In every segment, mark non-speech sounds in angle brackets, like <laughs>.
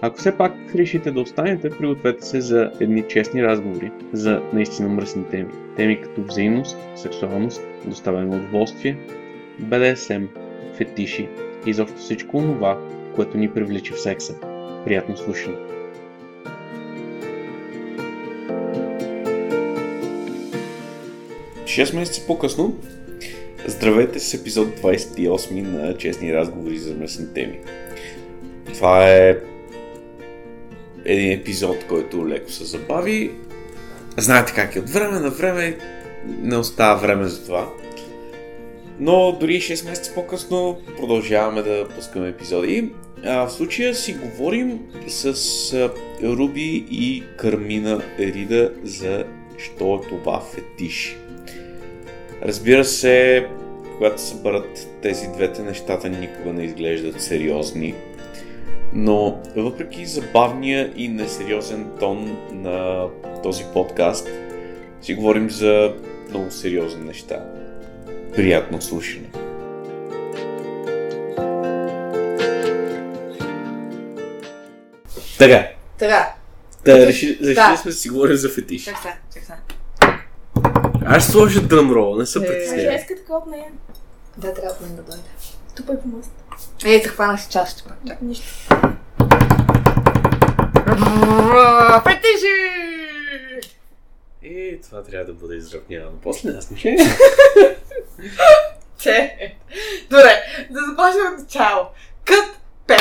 Ако все пак решите да останете, пригответе се за едни честни разговори за наистина мръсни теми. Теми като взаимност, сексуалност, доставяне на удоволствие, BDSM, фетиши и заобщо всичко това, което ни привлича в секса. Приятно слушане! Шест месеца по-късно, здравейте с епизод 28 на Честни разговори за мръсни теми. Това е един епизод, който леко се забави. Знаете как е, от време на време не остава време за това. Но дори 6 месеца по-късно продължаваме да пускаме епизоди. А, в случая си говорим с а, Руби и Кармина Рида за що е това фетиш. Разбира се, когато се бърят тези двете нещата никога не изглеждат сериозни, но въпреки забавния и несериозен тон на този подкаст, си говорим за много сериозни неща. Приятно слушане! Така, Така, да, реши, решили Да. сме да си говорим за фетиш. чак сега, чак сега. Аз ще сложа дръмрол, не се Е, притеснявай. Жеска така от нея. Да, трябва от мен да дойде. Тупай нали, е по мост. Ей, захвана си чашата пак. Чак. Нищо. Фетиши! Е, това трябва да бъде изравнявано. После аз е. не ще. Че. Добре, да започнем от начало. Кът 5.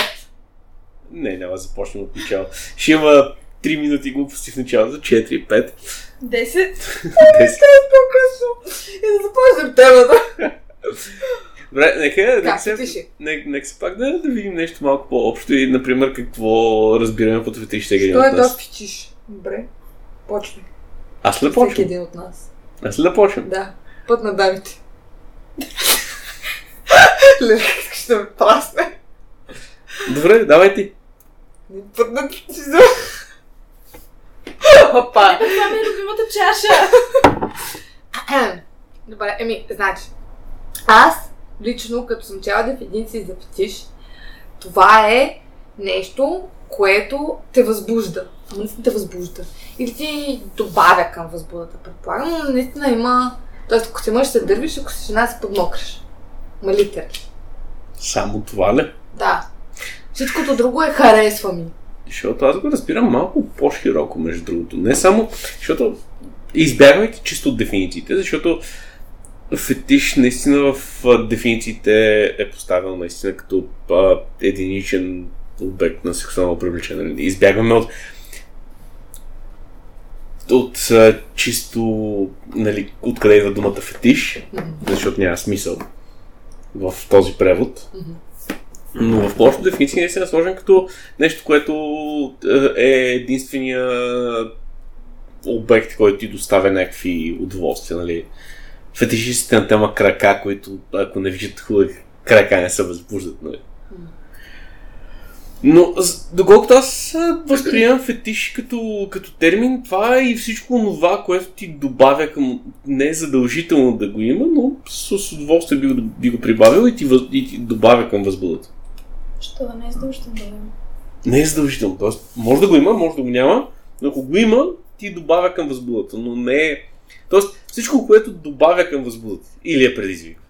Не, няма да започнем от начало. Ще има 3 минути глупости в началото, 4, 5, Десет. 10. е По-късно. И да започнем темата. Добре, нека, нека, Как се, фетиши? нека, нека се пак да, да видим нещо малко по-общо и, например, какво разбираме под фетиш сега един Що от е да нас. фетиш? Добре. Почни. Аз ли да Всеки почвам? един от нас. Аз ли да почвам? Да. Път на дамите. <laughs> Лера, искаш да ме прасне. Добре, давай ти. Път на... <laughs> Опа. Това ми е любимата чаша. Ахем. <clears throat> Добре, еми, значи, аз лично, като съм чела дефиниции за фетиш, това е нещо, което те възбужда. Ама Наистина те възбужда. Или ти добавя към възбудата, предполагам, но наистина има... Тоест, ако си мъж се дървиш, ако си жена се подмокриш. Малитер. Само това ли? Да. Всичкото друго е харесва ми. Защото аз го разбирам малко по-широко, между другото. Не само, защото избягвайки чисто от дефинициите, защото фетиш наистина в а, дефинициите е поставен наистина като а, единичен обект на сексуално привлечение. нали? Избягваме от от а, чисто, нали, откъде идва думата фетиш, Мгм. защото няма смисъл в този превод. Мгм. Но в повечето дефиниции не се е сложен като нещо, което е, е единствения обект, който ти доставя някакви удоволствия, нали? Фетишистите на тема крака, които ако не виждат хубави крака, не се възбуждат, нали? Мгм. Но, с- доколкото аз а, възприемам фетиш като, като термин, това е и всичко това, което ти добавя към... Не е задължително да го има, но с, с удоволствие би, го- би го прибавил и ти, въз, и ти добавя към възбудата. Що да не е задължително да имам. Не е задължително. Тоест, може да го има, може да го няма, но ако го има, ти добавя към възбудата, но не е... Тоест, всичко, което добавя към възбудата или е предизвиква.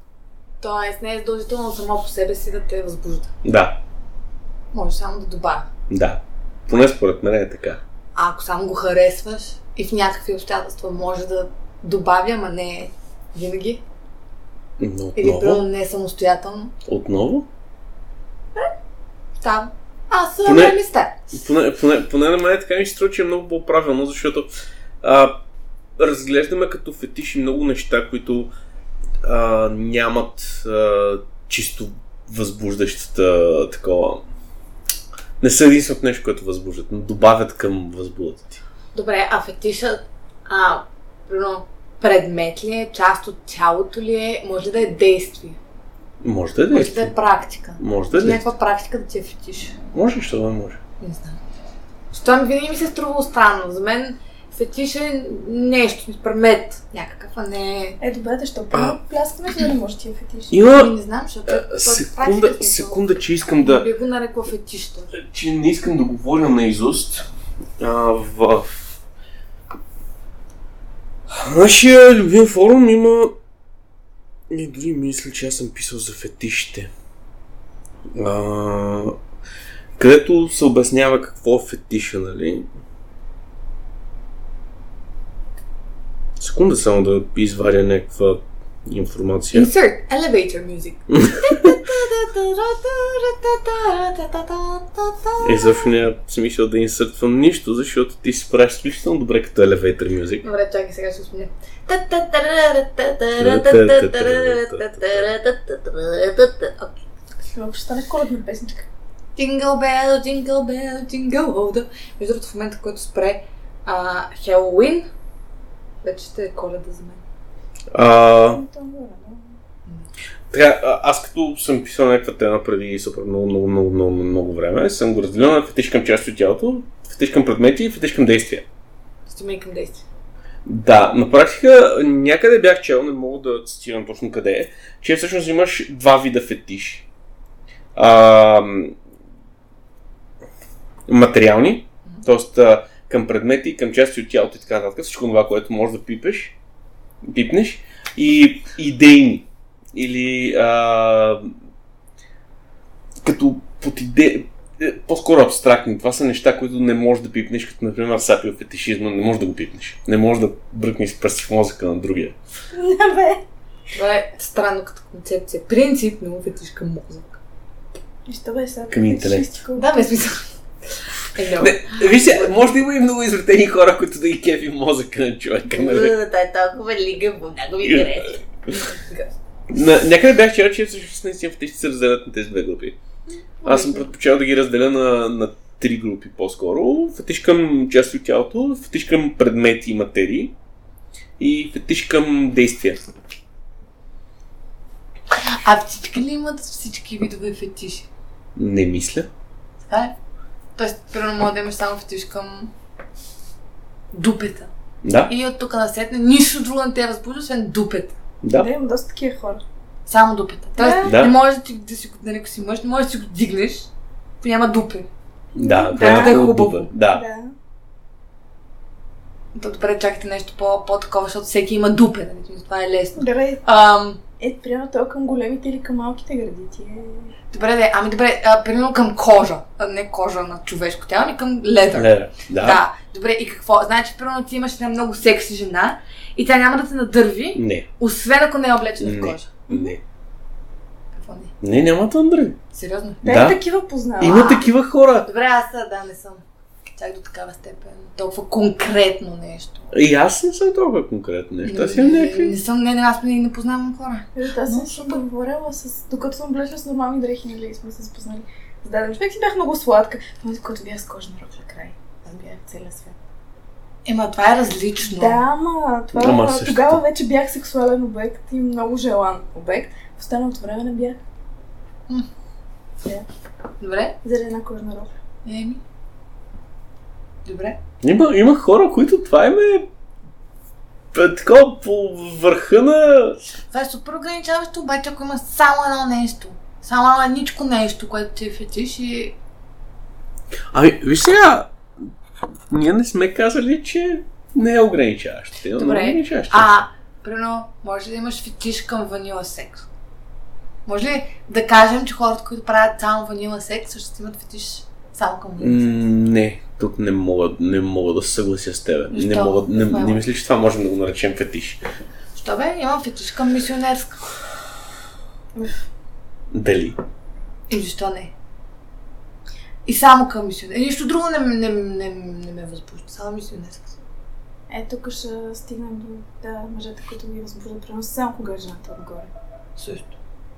Тоест, не е задължително само по себе си да те възбужда. Да, Може само да добавя. да. Поне според мен е така. А ако само го харесваш и в някакви обстоятелства може да добавя, ама не винаги. Но Или отново, примерно не е самостоятелно. отново Там. Аз съм Поне- Поне... с теб. поне, поне, поне на мен така ми се струва, че е много по-правилно, защото а, разглеждаме като фетиши много неща, които а, нямат а, чисто възбуждащата такова Не са единственото нещо, което възбуждат, но добавят към възбудата ти. Добре, а фетишът, а, примерно, предмет ли е, част от тялото ли е, може ли да е действие, Може да е може ли да е действие. практика. Може да е действие. Някаква практика да ти е фетиш. Може, що да не може. Не знам. Що ми винаги ми се струва странно. За мен фетиш е нещо, предмет някакъв, а не... Е, добре, те ще пълно пляскането, да не може ти я фетиш. Ами Има Не знам, защото... е а, практика, секунда, в смисъл. секунда, че искам Не да... Би го нарекла фетиш. точно. Че не искам да говоря наизуст. А, в... Нашия любим форум има... И дори мисля, че аз съм писал за фетишите. А, където се обяснява какво е фетиша, нали? Секунда само да изваря някаква информация. Insert elevator music. Е, защо няма смисъл да инсъртвам нищо, защото ти си правиш изключително добре като елевейтър мюзик. Добре, чакай сега ще спомня. Окей. Сега ще стане коледна песничка. Jingle bell, jingle bell, jingle all the... Между другото, в момента, в който спре а, Хелоуин, вече ще е коледа за мен. А, Но то е добре, но- <laughs> така, а- аз като съм писал някаква тема преди супер много, много, много, много, много, много време, съм го разделил на фетиш към част от тялото, фетиш към предмети и фетиш към действия. Ще ме и към действие. Да, на практика някъде бях чел, не мога да цитирам точно къде е, че всъщност имаш два вида фетиши. А, материални, т.е. а, към предмети, към части от тялото и така нататък, всичко това, което можеш да пипеш, пипнеш, и идейни, или а, като под иде... е, по-скоро абстрактни. Това са неща, които не можеш да пипнеш, като например сапиофетишизма, не можеш да го пипнеш. Не можеш да бръкнеш с пръсти в мозъка на другия. Не, бе. Това е странно като концепция. Принципно фетиш към мозък. И ще бе сега. е Към интелект. фетишистика. Да, ме смисъл. Е, да. Не, виж се, може да има и много извратени хора, които да ги кефи мозъка на човека. нали? Та е толкова лига, много ми харесва. На, някъде бях чел, че всъщност наистина фетишите се разделят на тези две групи. Аз съм предпочел да ги разделя на, на три групи по-скоро. Фетиш към части от тялото, фетиш към предмети и материи и фетиш към действия. А всички ли имат всички видове фетиши? Не мисля. Така е. Тоест, примерно, мога да имаш само фетиш към дупета. Да, И от тук насетне нищо друго не те е възбужда, освен дупета. да. Да, имам доста такива хора. Само дупета. Тоест, Да. не можеш да, ти, да си го, нали, ако си мъж, не можеш да си го дигнеш, ако няма дупе. Да, Да, това е да е хубаво. хубаво. Да. Да. То добре, чакайте нещо по- по-такова, защото всеки има дупе, нали? Тоест, Това е лесно. Добре, Ам, е, примерно той към големите или към малките гради ти е... добре, де, ами добре, а, примерно към кожа. А, не кожа на човешко тяло, ами към ледър. Да. да. Да, добре, и какво? Значи, примерно ти имаш една много секси жена и тя няма да те надърви, Не, освен ако не е облечена в Не. кожа. не. Какво не? Не, няма Е, тъндре. Сериозно? Да, Да. да. такива познавам. Има такива хора. Добре, аз а, да, не съм. Чак до такава степен. Толкова конкретно нещо. И аз не съм толкова конкретно нещо. Аз имам Не, е някакви. Не съм, не, не, аз не, не познавам хора. Защото Е, Аз Но, съм си говорила с... Докато съм облечена с нормални дрехи, нали, сме се запознали. С даден човек си бях много сладка. В момента, който бях с кожна рокля край. Аз бях в целия свят. Ема, това е различно. Да, ама това Ама ама, същото. тогава вече бях сексуален обект и много желан обект. В останалото време не бях Добре? заради една кожна рокля. Еми. Добре. Има, има хора, които това им е е такова по върха на... Това е супер ограничаващо, обаче ако има само едно нещо. Само едно едничко нещо, което ти е фетиш и... Ами, виж сега, ние не сме казали, че не е ограничаващо. Има Добре. много ограничаващо. А, примерно, може ли да имаш фетиш към ванила секс? Може ли да кажем, че хората, които правят само ванила секс, всъщност имат фетиш само към М, ванила секс? Не, тук не мога, не мога да се съглася с теб. Не, Защо? мога, не, Защо? не мисля, че това можем да го наречем фетиш. Що бе? Имам фетиш към мисионерска. Дали? И защо не? И само към мисионерска. И нищо друго не, не, не, не ме възбужда. Само мисионерска. Е, тук ще стигнем до да, мъжете, които ги възбуждат, примерно само кога е жената отгоре. Също.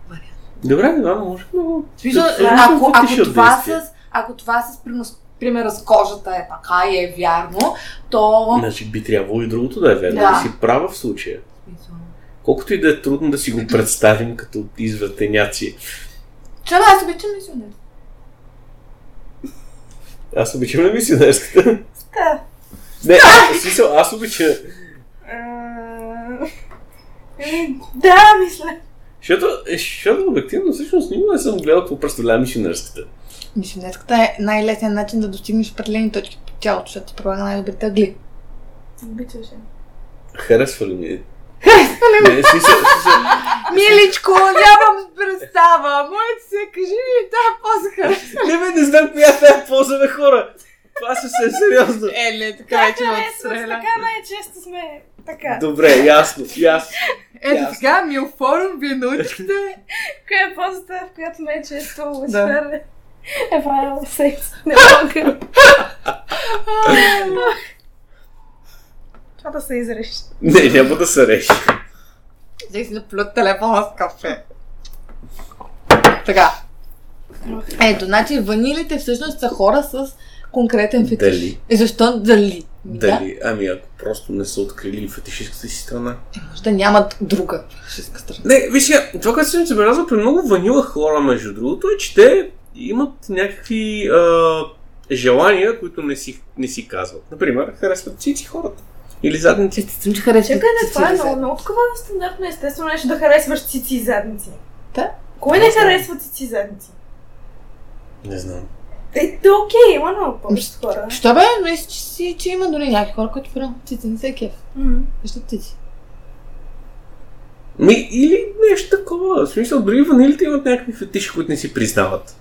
Вариант. Добре, да, може много. В смисъл, Абсолютно ако, ако фетиш от това действие. с... ако това с принос- примера с кожата е така и е вярно, то... Значи би трябвало и другото да е вярно. Да. Да. си права в случая. Колкото и да е трудно да си го представим като извратеняци. Чела, аз обичам мисионер. Аз обичам на мисионерската. Да. Не, аз, в смисъл, аз обичам. Е, Ами, Да, мисля. Защото, е, защото обективно всъщност никога не съм гледал какво представлява мисионерската. Мисионерската е най-лесен начин да достигнеш определени точки по тялото, защото ти прилага най-добрите агли. Обичаше. Харесва ли ми? е? Не, в смисъл, в смисъл, Миличко, нямам представа! Моля ти се, кажи ми, да, по-захар. не бе, не знам коя тая полза бе хора. Това съвсем сериозно. Е, не, така вече ме Харесва се, отстреля. така най-често сме така. Добре, ясно, ясно. Ето Ясно. Е, сега ми оформям, вие научихте. Коя е позата, в която най-често Да. Лъчфер е- е правила секс? Не мога. <laughs> Това да се изреш. Не, няма да се реши. Взех си да плют телефона с кафе. Така. Ето, значи ванилите всъщност са хора с конкретен фетиш. Дали? Е, Защо дали? Ми, Да? Дали, ами ако просто не са открили фетишистката си страна. Може да нямат друга фетишистка страна. Не, виж, сега, това, което съм забелязал при много ванила хора, между другото, е, че те имат някакви а, желания, които не си, не си казват. Например, харесват цици хората. Или задници. Честито съм, че харесва. Чакай, не, това е много, много такова стандартно естествено нещо да харесваш цици и задници. Да. Кой не харесва цици и задници? Не знам. Е, да, окей, има много повече хора. Що бе, мисля, че, си, че има дори някакви хора, които прямо цици не се е кеф. М. Защо цици? Ми, или нещо такова. В смисъл, дори ванилите имат някакви фетиши, които не си признават.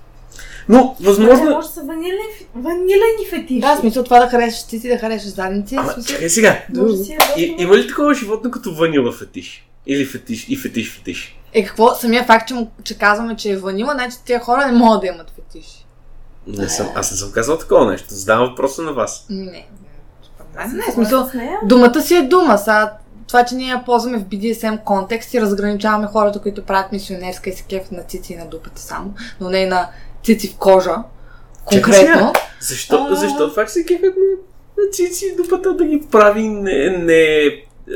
Но, Може, възможно... може да са ванилен, фе- ванилени фетиши. Да, в смисъл това да харесаш цици, да харесаш е задници. Ама, смисъл- чакай сега. Може да си е И, доста- има ли такова животно като ванила фетиш? Или фетиш, и фетиш фетиш? Е, какво? Самия факт, че, му, че казваме, че е ванила, значи тия хора не могат да имат фетиш. Не съм, аз не съм казал такова нещо. Задавам въпроса на вас. Ами Не. Не, не, Съгласна в смисъл, с нея. Думата си е дума. Са, това, че ние я ползваме в BDSM контекст и разграничаваме хората, които правят мисионерска и се кефят на цици и на дупата само, но не и на цици в кожа. Конкретно. Защо, А. защо факт се кефят на, на цици и дупата да ги прави не, не,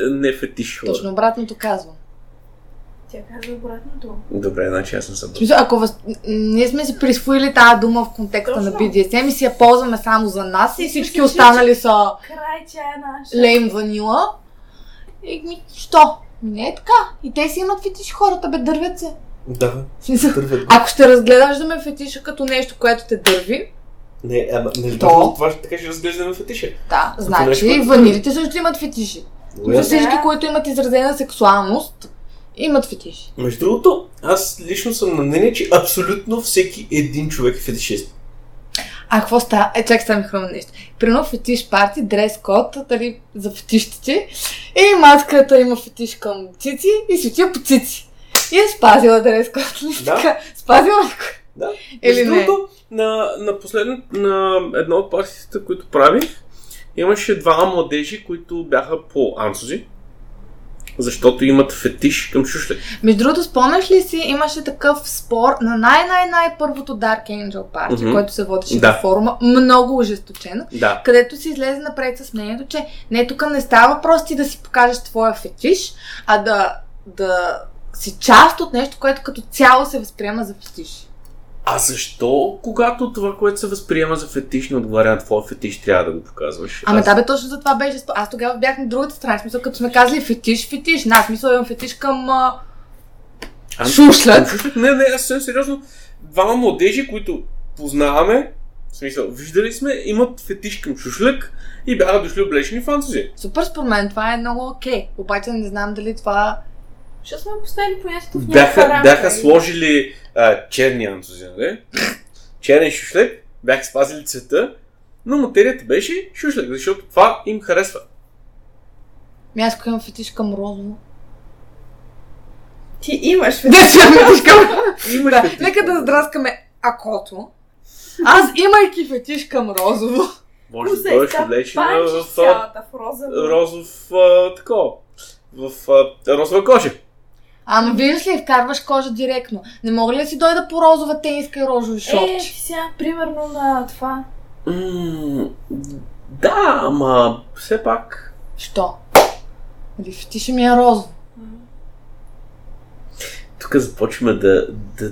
не фетиш хора? Точно обратното казвам. Тя казва обратното. Добре, значи аз не съм В смисъл, ако въз... н- ние сме си присвоили тази дума в контекста Точно. на BDSM и си я ползваме само за нас и И всички си останали са Край, че е наша. лейм ванила. И ми, що? Ми не е така. И те си имат фетиш хората, бе, дървят се. Да, В смисъл, дървят ако ще разгледаш да ме фетиша като нещо, което те дърви, Не, ама не То? това ще така ще разглеждаме фетиша. Да, нещо, значи което- ванилите също имат фетиши. За Ясно. всички, Да. които имат изразена сексуалност, имат фетиши. Между другото, аз лично съм на мнение, че абсолютно всеки един човек е фетишист. А какво става? Е, чакай, сега ми хрумна нещо. Примерно фетиш парти, дрес код, дали за фетищите. И маската има фетиш към цици и си отива по цици. И е спазила дрес код. нали Да. така? Спазила ли го? Да. Или Между не? другото, на, на, последно, на едно от партията, които правих, имаше двама младежи, които бяха по ансози, защото имат фетиш към шушле. Между другото, спомняш ли си, имаше такъв спор на най-най-най първото Dark Angel парти, Мгм. който се водеше Да. на форума. Много ожесточен. Да. където си излезе напред с мнението, че не тук не става въпрос ти да си покажеш твоя фетиш, а да, да си част от нещо, което като цяло се възприема за фетиш. А защо, когато това, което се възприема за фетиш, не отговаря на твоя фетиш, трябва да го показваш? Ама Аз- да бе, точно за това беше. спо- Аз тогава бях на другата страна. В Смисъл, като сме казали фетиш, фетиш. На, в смисъл имам фетиш към... А... Ам- Шушлят. Шушлят. Не, не, аз съвсем сериозно. Двама младежи, които познаваме, в смисъл, виждали сме, имат фетиш към шушлек и бяха дошли облечени французи. Супер според мен, това е много окей. Обаче не знам дали това... Защото сме поставили понятието в някаква Бяха, рамка. нали? бяха и- сложили а, черни анцузи, нали? Черен шушлек, бяха спазили цвета, но материята беше шушлек, защото това им харесва. Ми аз ако имам фетиш към розово. Ти имаш Да, си имам фетиш към... Имаш Да, фетиш. нека да здраскаме акото. Аз имайки фетиш към розово, Може да бъдеш козета, облечена панчиш в а, цялата в роза. розов а, такова. В а, розова кожа. Ама виждаш ли, вкарваш кожа директно. Не мога ли да си дойда по розова тениска и розови Е, шорти? ти сега, примерно на това. М, Да, ама все пак. Що? Нали, ти ще ми е розов. Тук започваме да. да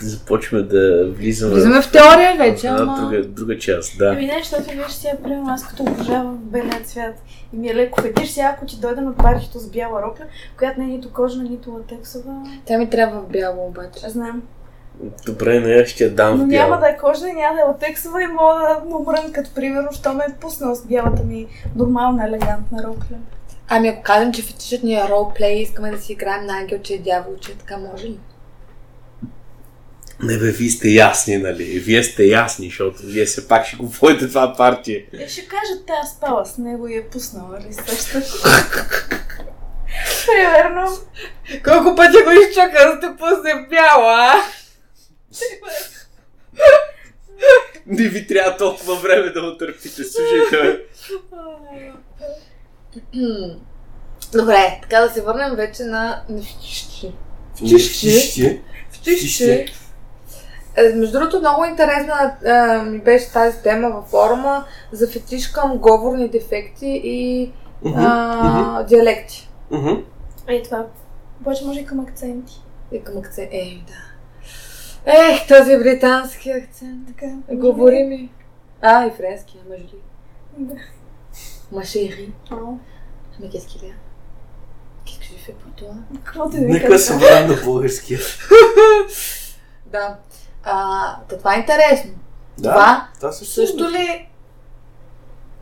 започваме да Е, влизаме. Влизаме в теория в вече, една ама... друга, друга част, да. Ами не, защото виж сега, примерно, аз като обожавам белия цвят и ми е леко фетиш, сега ако ти дойда на парчето с бяла рокля, която не е нито кожна, нито латексова, Тя ми трябва в бяло обаче. аз знам. Добре, не, ще я дам Но в няма бяла. да е кожна и няма да е латексова и мога да му мрън, като примерно, що ме е пуснал с бялата ми нормална, елегантна рокля. Ами ако кажем, че фетишът ни е ролплей, искаме да си играем на ангелче и дяволче, така може ли? Не бе, вие сте ясни, нали? Вие сте ясни, защото вие все пак ще го водите това партие. Е, ще кажа, тя спала с него и е пуснала ли също. <laughs> примерно, Колко пъти го изчака, да те пусне бяло, а? Не ви трябва толкова време да го търпите, слушайте. бе. М. Добре, така да се върнем вече на на фетишите. Втишче. Фетишите. Е, Между другото, много интересна а, ми беше тази тема във форума за фетиш към говорни дефекти и Мгм, мгм, а, диалекти. мгм. е това. Обаче може и към акценти. И към акцент. Е, да. Ех, този британски акцент. Така. Говори ми. А, и френски, ама жили. Да. Машери. О, Ами qu'est-ce qu'il y a Qu'est-ce que j'ai fait pour toi Какво ти ви Нека се казвам? върнем на българския. Да. А, та това е интересно. Да, Това това също. е също ли...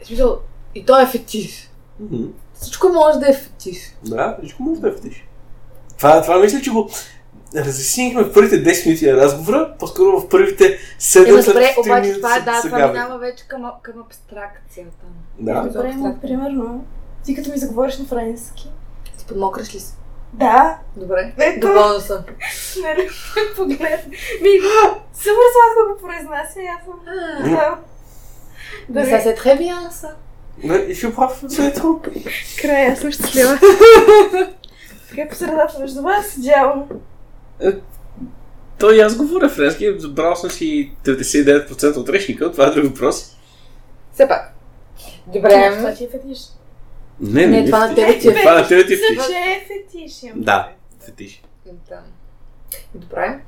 В смисъл, и то е фетиш. Мгм. Всичко може да е фетиш. Да, всичко може да е фетиш. Това, това мисля, че го разяснихме в първите 10 минути на разговора, по-скоро в първите 7 Ема след добре, 3 обаче минути това е, да, сега това вече. минава вече към, към абстракцията. <laughs> Да, Добре, но примерно, ти като ми заговориш на френски. Ти подмокриш ли си? <laughs> Да, Добре. ето, Доволна съм. нали, погледна. Ми, супер сладко го произнася, и аз съм. Да. Да, Да, ça ми, c'est très bien ça. Да, и ще прав за ето. края, аз съм <laughs> щастлива. Така по средата между вас, дяло. То и аз говоря френски, забрал съм си 99% от речника, това е друг въпрос. Все пак. Добре. Това ти е фетиш. Не, Не, това на тебе ти е. Това на тебе ти е Мисля, фетиш. че е фетиш. имам Да. предвид. Фетиш. Да. Добре.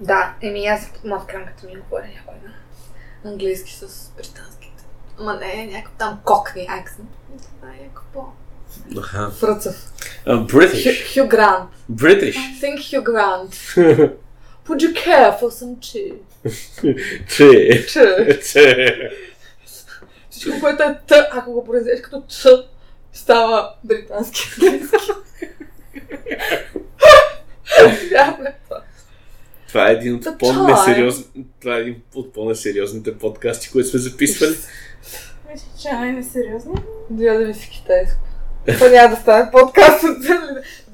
Да, еми аз мат крамката ми говори някой на английски с британските. Ама не, някакъв там кокни акцент. Това е яко по... Аха. Фръцъв. А, British. Хю Грант. British. Think Hugh Grant. Would you care for some tea? Че. Tea. Че. Всичко, което е Т, ако го произнесеш като Ч, става британски английски. Вярно е това. Това е един Та от по-несериозни... Това е един от по-несериозните подкасти, които сме записвали. Мисля, че е несериозно. Дойде да ми си китайско. Това няма да стане подкаст от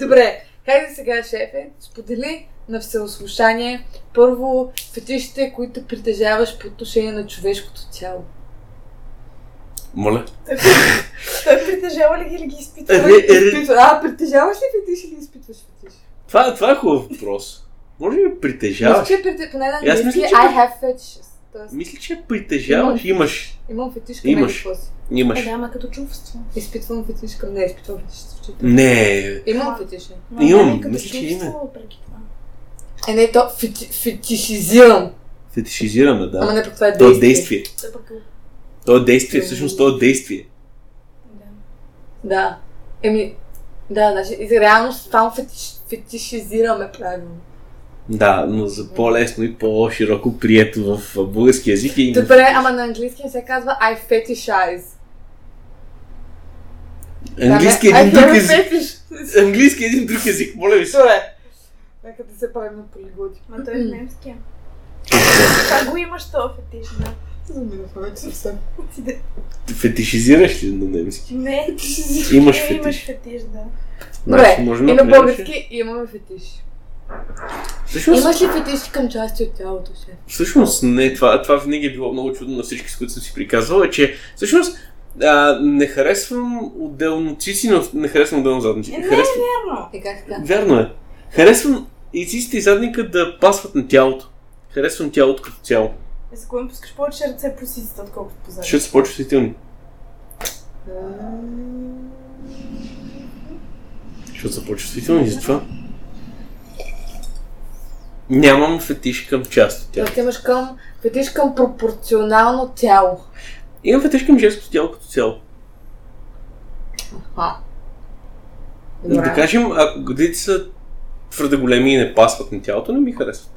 Добре, хайде сега, шефе, сподели на всеослушание първо фетишите, които притежаваш по отношение на човешкото тяло. Моля. Той притежава ли ги или ги изпитва? Е, не, е, Изпитва- А, притежаваш ли фетиш или изпитваш фетиш? Това, това е хубав въпрос. Може ли да Мисля, притежаваш? че прите- поне на И аз мисля, английски че- I have fetishes. Тоест, Мисля, че е притежаваш. Имаш. имам фетиш към Имаш. еди какво си. Имаш. Е, да, ама като чувство. Изпитвам фетиш към... Не, изпитвам фетиш в очите. Не. Имам фетиш. Но Имам, не, като мисля, че чувство, има. въпреки това. Е, не, то фети- фетишизирам. Фетишизираме, Ама да. не, пък това е То е действие. действие. Той пък го- То е действие, всъщност то е действие. да. Да. Еми, да, значи, и реално само фетиш, фетишизираме правилно. Да, но за по-лесно и по-широко прието в а, български язик е именно Добре, ама на английски не се казва I fetishize. Английски е Ами, един I друг have език. fetish. Английски е един друг език, моля ви се. Е, Добре. Нека да се правим на полиготи. Ма той е немския. Това го имаш то фетиш, да. Заминахме вече съвсем. Фетишизираш ли на немски? Не. Имаш Е, фетиш. <laughs> Имаш фетиш, да. Добре, Значи, може и на направиш- български имаме фетиш. Всъщност, Имаш ли фетиш към части от тялото си? всъщност не, това, това винаги е било много чудно на всички, с които съм си приказвал, е, че всъщност А, не харесвам отделно цици, но не харесвам отделно задници. Е, не, харесвам... Верно. И как така? Вярно е. Харесвам и циците и задника да пасват на тялото. Харесвам тялото като цяло. Е, За кое ми пускаш повече ръце по сиците, отколкото по задниците? Защото са по-чувствителни. Защото са по-чувствителни и затова. Нямам фетиш към част от Но тях. ти имаш към, фетиш към пропорционално тяло. Имам фетиш към женското тяло като цяло. А. Но <laughs> да кажем, ако гърдите са твърде големи и не пасват на тялото, не ми харесват.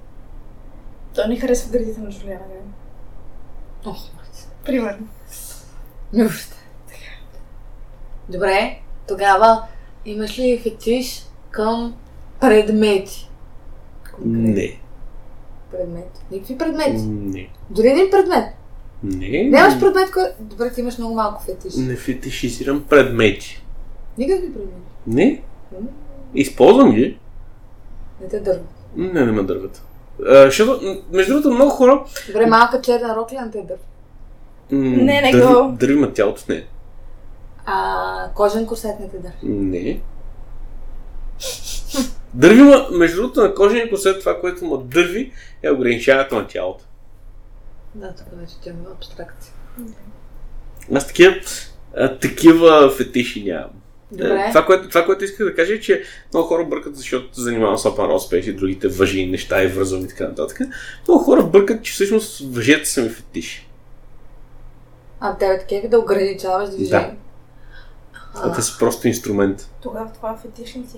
Той не харесва градите на Жулиана Грен. Ох, Примерно. Нужда. Добре, тогава имаш ли фетиш към предмети? Не. Предмети. Никакви предмети. Не. Дори един предмет. Не. Нямаш предмет, който... Добре, ти имаш много малко фетиш. Не фетишизирам предмети. Никакви предмети. Не. М. Използвам ги. Не те дърва. Не, не ме дърват. А, Защото, м, между другото, много хора... Добре, малка черна рокля не те дърва. м, Не, не дърви- го. Дърви ме тялото, не. А кожен корсет не те дърва. Не. Дърви ма, между другото, на кожния косет това, което му дърви, е ограничаването на тялото. Да, тук вече ти имаме абстракция. Аз такива, а, такива фетиши нямам. Добре. Е, Това, което, това, което исках да кажа е, че много хора бъркат, защото се занимавам с Open Road Space и другите въжи и неща и връзвам и така нататък. Много хора бъркат, че всъщност въжете са ми фетиши. А тебе такива да ограничаваш движение. А те са просто инструмент. Тогава това е фетишен ти.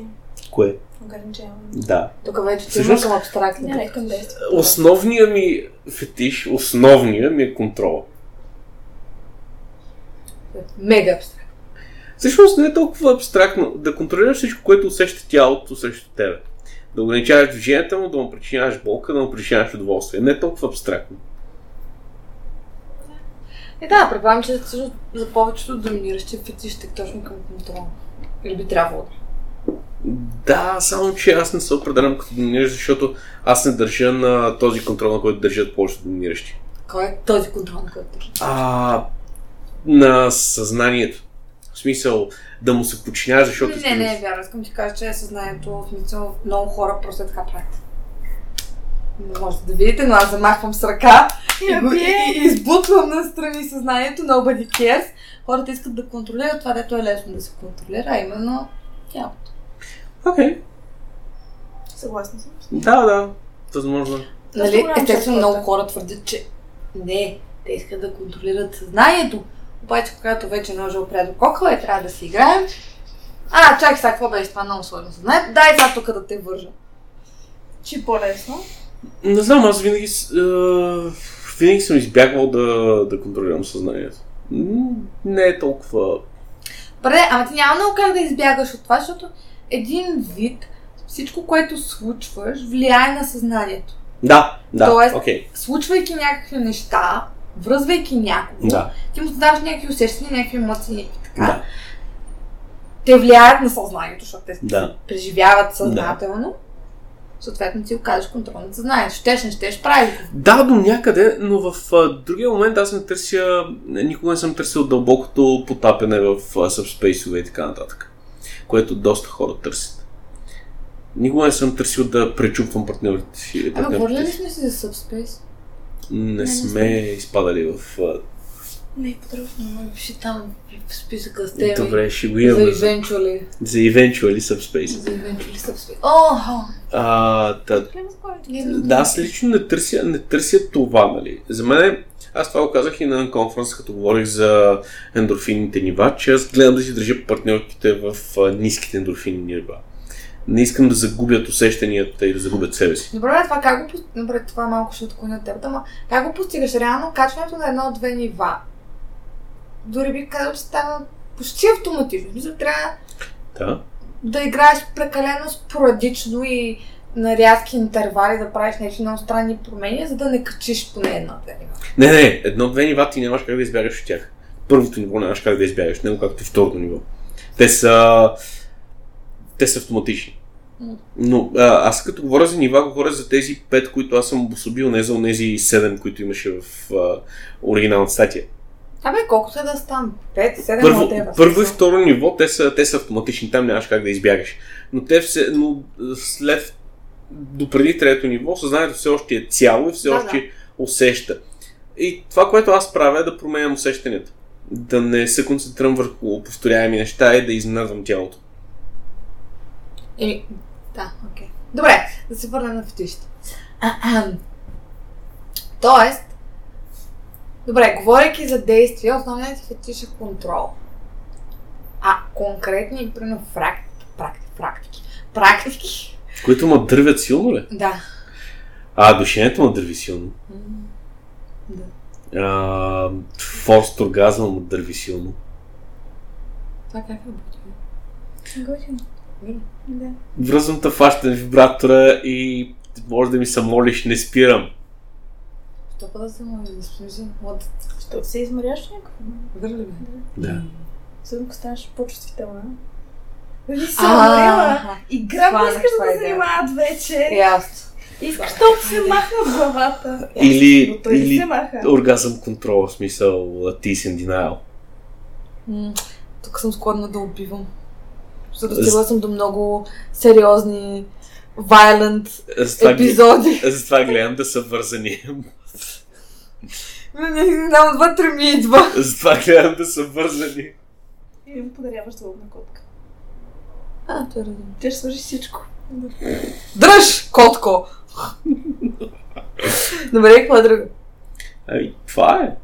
Кое? Ограничаваме. Да. Тук вече ти имаме Всъщност- към Не, абстрактни. не, към действие. Основният ми фетиш, основният ми е контрола. Мега абстрактни. Всъщност не е толкова абстрактно. Да контролираш всичко, което усеща тялото срещу тебе. Да ограничаваш движенията му, да му причиняваш болка, да му причиняваш удоволствие. Не е толкова абстрактно. Е да, предполагам, че всъщност за повечето доминиращи фетиш е точно към контрола. Или би трябвало да. Да, само че аз не се определям като доминиращ, защото аз не държа на този контрол, на който държат повечето доминиращи. Кой е този контрол, на който държиш? А, на съзнанието. В смисъл да му се подчиняваш, защото... Не, не, не, вярно. Искам ти кажа, че съзнанието, в смисъл, много хора просто е така правят. Не можете да видите, но аз замахвам с ръка и, го, и, и избутвам настрани съзнанието, nobody cares. Хората искат да контролират това, дето е лесно да се контролира, а именно тялото. Окей, Съгласна съм. да, да, възможно. е. Доста Нали? голяма част Естествено, хората. много хора твърдят, че не, те искат да контролират съзнанието. Обаче, когато вече ножа опря до кокала и трябва да си играем, а, чакай сега, какво беше това е много сложно съзнанието? Дай сега тук да те вържа. Чи е по-лесно. Не знам, аз винаги, с- е, винаги съм избягвал да, да контролирам съзнанието. М, Не е толкова... Добре, ама ти няма много как да избягаш от това, защото един вид, всичко, което случваш, влияе на съзнанието. Да, да, Тоест- окей, Случвайки някакви неща, връзвайки някого, да. ти му създаваш някакви усещания, някакви емоции, някакви така. Да. Те влияят на съзнанието, защото те Да. се преживяват съзнателно. Съответно ти оказваш контрол над съзнанието. Щеш, не щеш, прави го. Да, до някъде, но в а, другия момент аз не търся, никога не съм търсил дълбокото потапяне в а, сабспейсове и така нататък, което доста хора търсят. Никога не съм търсил да пречупвам партньорите си. Ама, говорили партньорите ли си. сме си за Subspace? Не не сме изпадали в... а, Не, е по друг. Ама, беше там в списъка с теми. Добре, ще го За имаме. За, eventually. за eventually subspace. За eventually Subspace. О, А, та, Гледам с повече. Е, да, аз лично не търся, не търся това, нали. За мен, е- аз това го казах и на конференс, като говорих за ендорфинните нива, че аз гледам да си държа партньорките в а, ниските ендорфинни нива. Не искам да загубят усещанията и да загубят себе си. Добре, бе, това как го постигаш? Добре, това малко ще отклоня от теб, ама как го постигаш? Реално качването на едно-две нива. Дори бих казал, че става почти автоматично. Мисля, трябва Да. да играеш прекалено спорадично и на рязки интервали да правиш нещо много странни промени, за да не качиш поне една-две нива. Не, не, едно-две нива ти нямаш как да избягаш от тях. Първото ниво нямаш как да избягаш, от него както и второто ниво. Те са... Те са автоматични. М. Но а, аз като говоря за нива, говоря за тези 5, които аз съм обособил, не за тези 7, които имаше в а, оригиналната статия. Абе, колкото е да стане? 5, 7, Първо, първо и второ ниво, те са, те са автоматични, там нямаш как да избягаш. Но те все, но а, след, допреди трето ниво, съзнанието все още е цяло и все Да, още усеща. И това, което аз правя е да променям усещането. Да не се концентрирам върху повторяеми неща и да изненадвам тялото. Еми, да, окей. Добре, да се върнем на фетишите. Ахам. Тоест, добре, говоряки за действия, основният ти фетиш е контрол. А конкретни, примерно, фрак, практики, практики, практики, Които ма дървят силно ли? да. А, душенето ма дърви силно. М, А, форст оргазъм ма дърви силно. Това как е бъде? Готино. Да. Връзвамта фаща на вибратора и може да ми се молиш, не спирам. Що па да ами, се му да смижи? От Що се изморяш някакво? върлива. Да. Съдно, ако станеш по-чувствителна. Да си се уморила. Аха, Игра Това не е, искаш това да е се идея. занимават вече. Ясно. Искаш толкова се махна от главата. Или, Но той не или се маха. оргазъм контрол, в смисъл ти си denial. М, Тук съм склонна да убивам. Защото стигла съм до много сериозни, violent Затова, ги, епизоди. затова гледам да са вързани. <laughs> Не, не, не знам, отвътре ми идва. затова гледам да са вързани. Или му подаряваш злобна котка. А, това е разумно. Тя ще свържи всичко. Дръж, котко! Добре, какво е друго? Ами, това е.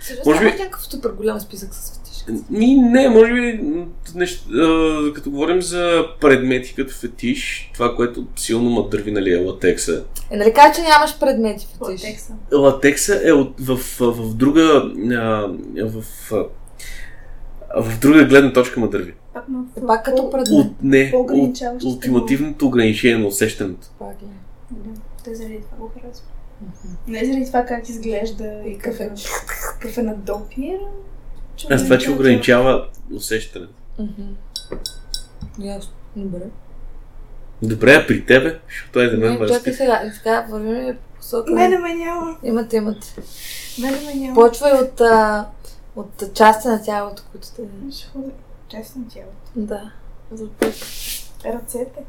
Сериозно, Може Може би- би... някакъв супер голям списък с фетиш. Ми, не, може би, м, нещ... а, като говорим за предмети като фетиш, това, което силно ма дърви, нали, е латекса. Е, нали кажа, че нямаш предмети фетиш? Латекса. латекса е от, в, в, в друга а, в, а, в друга гледна точка ма дърви. Пак ма... Е, Пак като предмет. От, не, от По-ограничаващ. ултимативното ограничение на усещането. Пак е. Да. Той заради това го харесва. Не заради това как изглежда и какъв е, какъв е на допир. Аз това, че ограничава усещането. Мгм. Ясно. Добре. Добре, а при тебе? Защото е да мен ме Не, чакай разпита. сега. И Сега вървим по посока. Мене ме няма. Имате, имате. Мене ме няма. Почвай от, а, от части на тялото, които те... Ще ходя. Честно тяло. Да. За първи Ръцете.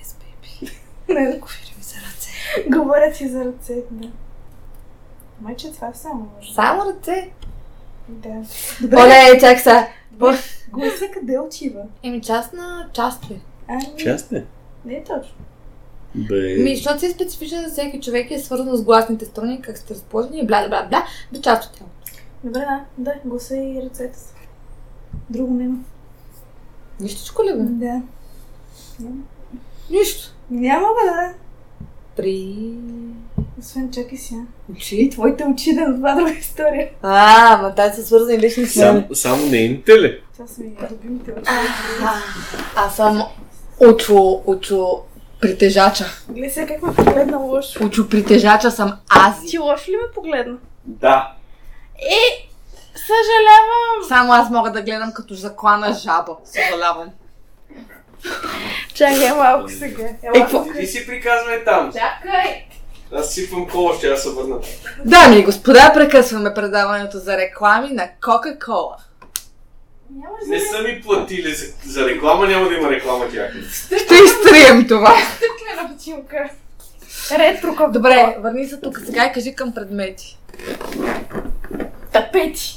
yes, baby. Не, <laughs> да Ми за ръце. Говорят си за ръцете, да. Майче, това е само може. Само ръце? Да. Оле, чак сега. Гласа къде отива? Еми част на част ли? Ами, Част не. не е точно. Бе, Ми, защото си е специфичен за всеки човек и е свързано с гласните страни, как сте разположени и бла, бла, бла, до част от тялото. Добре, да, да, гласа и ръцете са. Друго няма. Нищичко ли бе? Да. Нищо. Няма бе, да. При... Освен чакай сега. Очи. Твоите очи да това друга история. А, ма тази са свързани лично с мен. сам, само нейните ли? Това са ми любимите очи. Аз съм очо, очо притежача. Гледай сега как ме погледна лошо. Очо притежача съм аз. Ти лошо ли ме погледна? Да. Съжалявам. Само аз мога да гледам като заклана жаба. Съжалявам. Чакай малко сега. Е, какво? Ти си приказвай там. Чакай! Аз сипвам кола, ще аз се върна. Дами и господа, прекъсваме предаването за реклами на Кока-Кола. Нямаш Не са ми платили за, за реклама, няма да има реклама тях. Ще изтрием това. стъклена бутилка. Ретро кока. Добре, върни се тук сега и кажи към предмети. Тапети.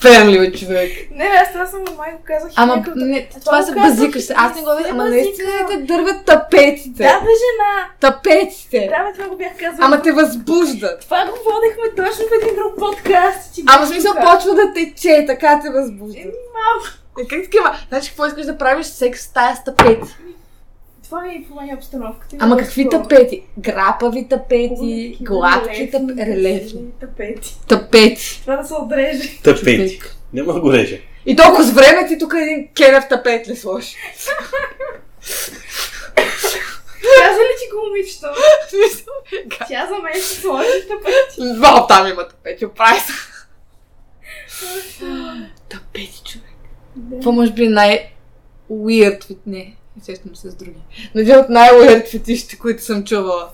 Фенли бе, човек. Не, бе, аз това съм май го казах. и Ама някакъв- не, Това това го се казваш, базикаш. Аз не го не виждам. Ама базикам. наистина те дърват тапетите. Да, бе, жена. Тапетите. Да, бе, това го бях казала. Ама те възбуждат. Това го водехме точно в един друг подкаст. Ти Ама в беше смисъл тука. почва да тече, така те възбужда. Еми, Е, как такива? Значи какво искаш да правиш секс в тая с тапети? Това е ми променя обстановката. Ама какви тапети? Грапави тапети, Хубави, гладки тапети, релефни. Тапети. Тапети. Това да <laughs> се отреже. Тъпети. Няма да го режа. И толкова с време ти тук един кенев тапет ли сложи? Каза ли ти го момичето? В смисъл, Тя за мен ще сложи тапети. Вау, там има тапети, оправи се. Тапети, човек. Това може би е най уирд фит... Не, сещам се с други. Но един от най-уирд фетишите, които съм чувала.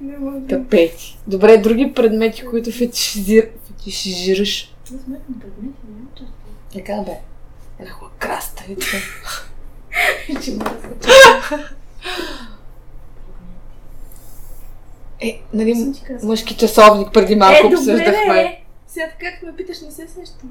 Не мога. Тапети. Добре, други предмети, които фетишизир... фетишизираш. Аз сме на предмети, няма чувство. Така бе. Една хубава краставица. Че ме разкача. Е, нали, Съм ти казала. мъжки часовник преди малко Е, добре, обсъждахме. бе. Сега така, като ме питаш, не се сещам.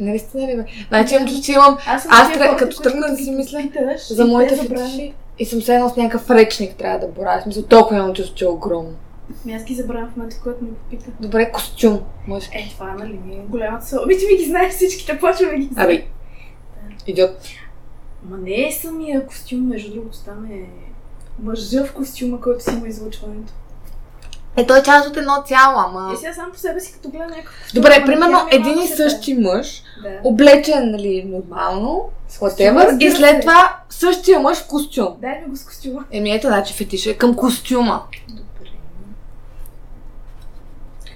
Наистина ли бе? Значи имам чувство, че имам Аз, съм Аз тия тря- хората, като които тръгна да ги си мисля питаш и за те моите забравят. фетиши и съм седнала с някакъв речник, трябва да боравя. В Смисъл, толкова имам чувство, че е огромно. Ми Ами аз ги забравям в момента, който ме попита. Добре, костюм, мъжки. Е, това нали ми е голямата сила. Обича ми ги знаеш всичките, почваме ги знаеш. Абе, идиот. Ма не е самия костюм, между другото, там е мъжа в костюма, който си има излъчването. Е, той е част от едно цяло, ама... Е, сега сам по себе си, като гледам някакъв костюм, Добре, ама примерно тя ми е един и малко същи мъж, шепе. Да. облечен, нали, нормално, с whatever, и разбира след се. това същия мъж в костюм. Дай ми го с костюма. Еми ето, значи фетиша е към костюма. Добре.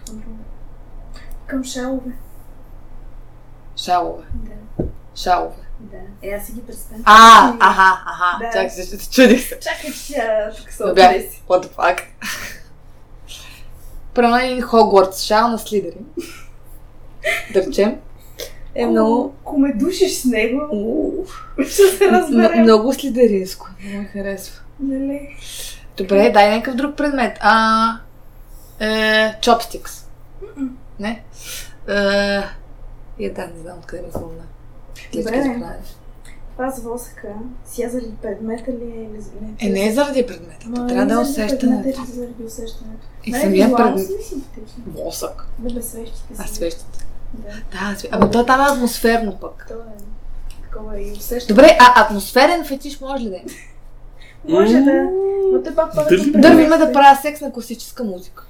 Какво друго? Към шалове. Шалове, Да, шалове. да. Е, аз си ги представям. А, аха, аха, Да. чакай, се се чудих се. Чакай, че тя тук са Добре. отнеси. What the <laughs> fuck? Примерно един Хогвартс шал на Слидери. да речем. Е много... Ако ме душиш с него, Уу, ще се м- разберем. Много слидеринско. Много ми харесва. Нали? Добре, дай някакъв друг предмет. А, е, чопстикс. Мгм. Не? Е, я да, не знам откъде ме хрумна. Добре, не. Това с восъка, сега заради предмета ли е или за- Е, не е заради предмета. Ма, трябва да е не заради усещането. предмета, е Заради усещането. И Нали, самия визуално предмет. са ли симпатични? Мозък. Да, бе, свещите си. А свещата. Да, Да, све... Ама то там е атмосферно пък. то е такова и усещане. Добре, а атмосферен фетиш може ли да е? Може да. Но те пак пада Дърви- към Дърви ме предметите. да правя секс на класическа музика.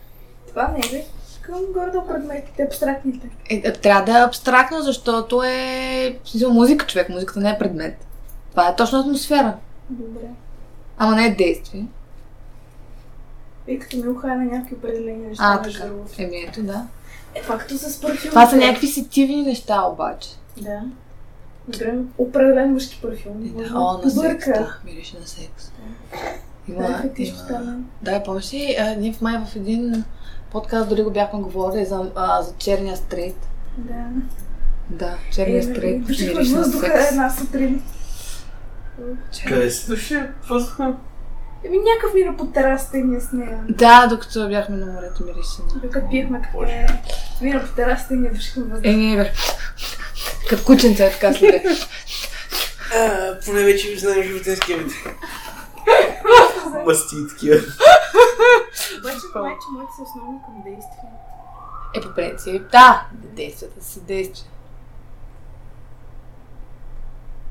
Това не е ли? Към горе-долу предметите, абстрактните. Е, е, трябва да е абстрактно, защото е в смисъл, музика, човек. Музиката не е предмет. Това е точно атмосфера. Добре. Ама не е действие. И като ми ухайме някакви определени неща А, на така. жаровки. Еми ето, да. Е, факто с парфюм. Това са някакви сетивни неща обаче. Да. Добре, определен мъжки парфюм. Е, да. Може О, да на секс, побърка. да. Мирише на секс. Да, Има, фетиш има... тотален. Да, помниш ли, а, ние в май в един подкаст дори го бяхме говорили за, а, за черния стрейт. Да. Да, Е, черния нали, стрейт. душихме Мирише на въздуха секс. една сутрин. Черен- Къде се душа? Въздуха? Еми някакъв мина по терасата и ние с нея. Да, докато бяхме на морето, мирише на... Докато пиехме кафе, мина по терасата и ние душихме въздуха. Е, не, бе. Като кученце, така след. А, поне вече ви знаем животинския вид. Мъсти и такива. Обаче май, че моите са основно към действия. Е, по принцип, да. Действията си действия.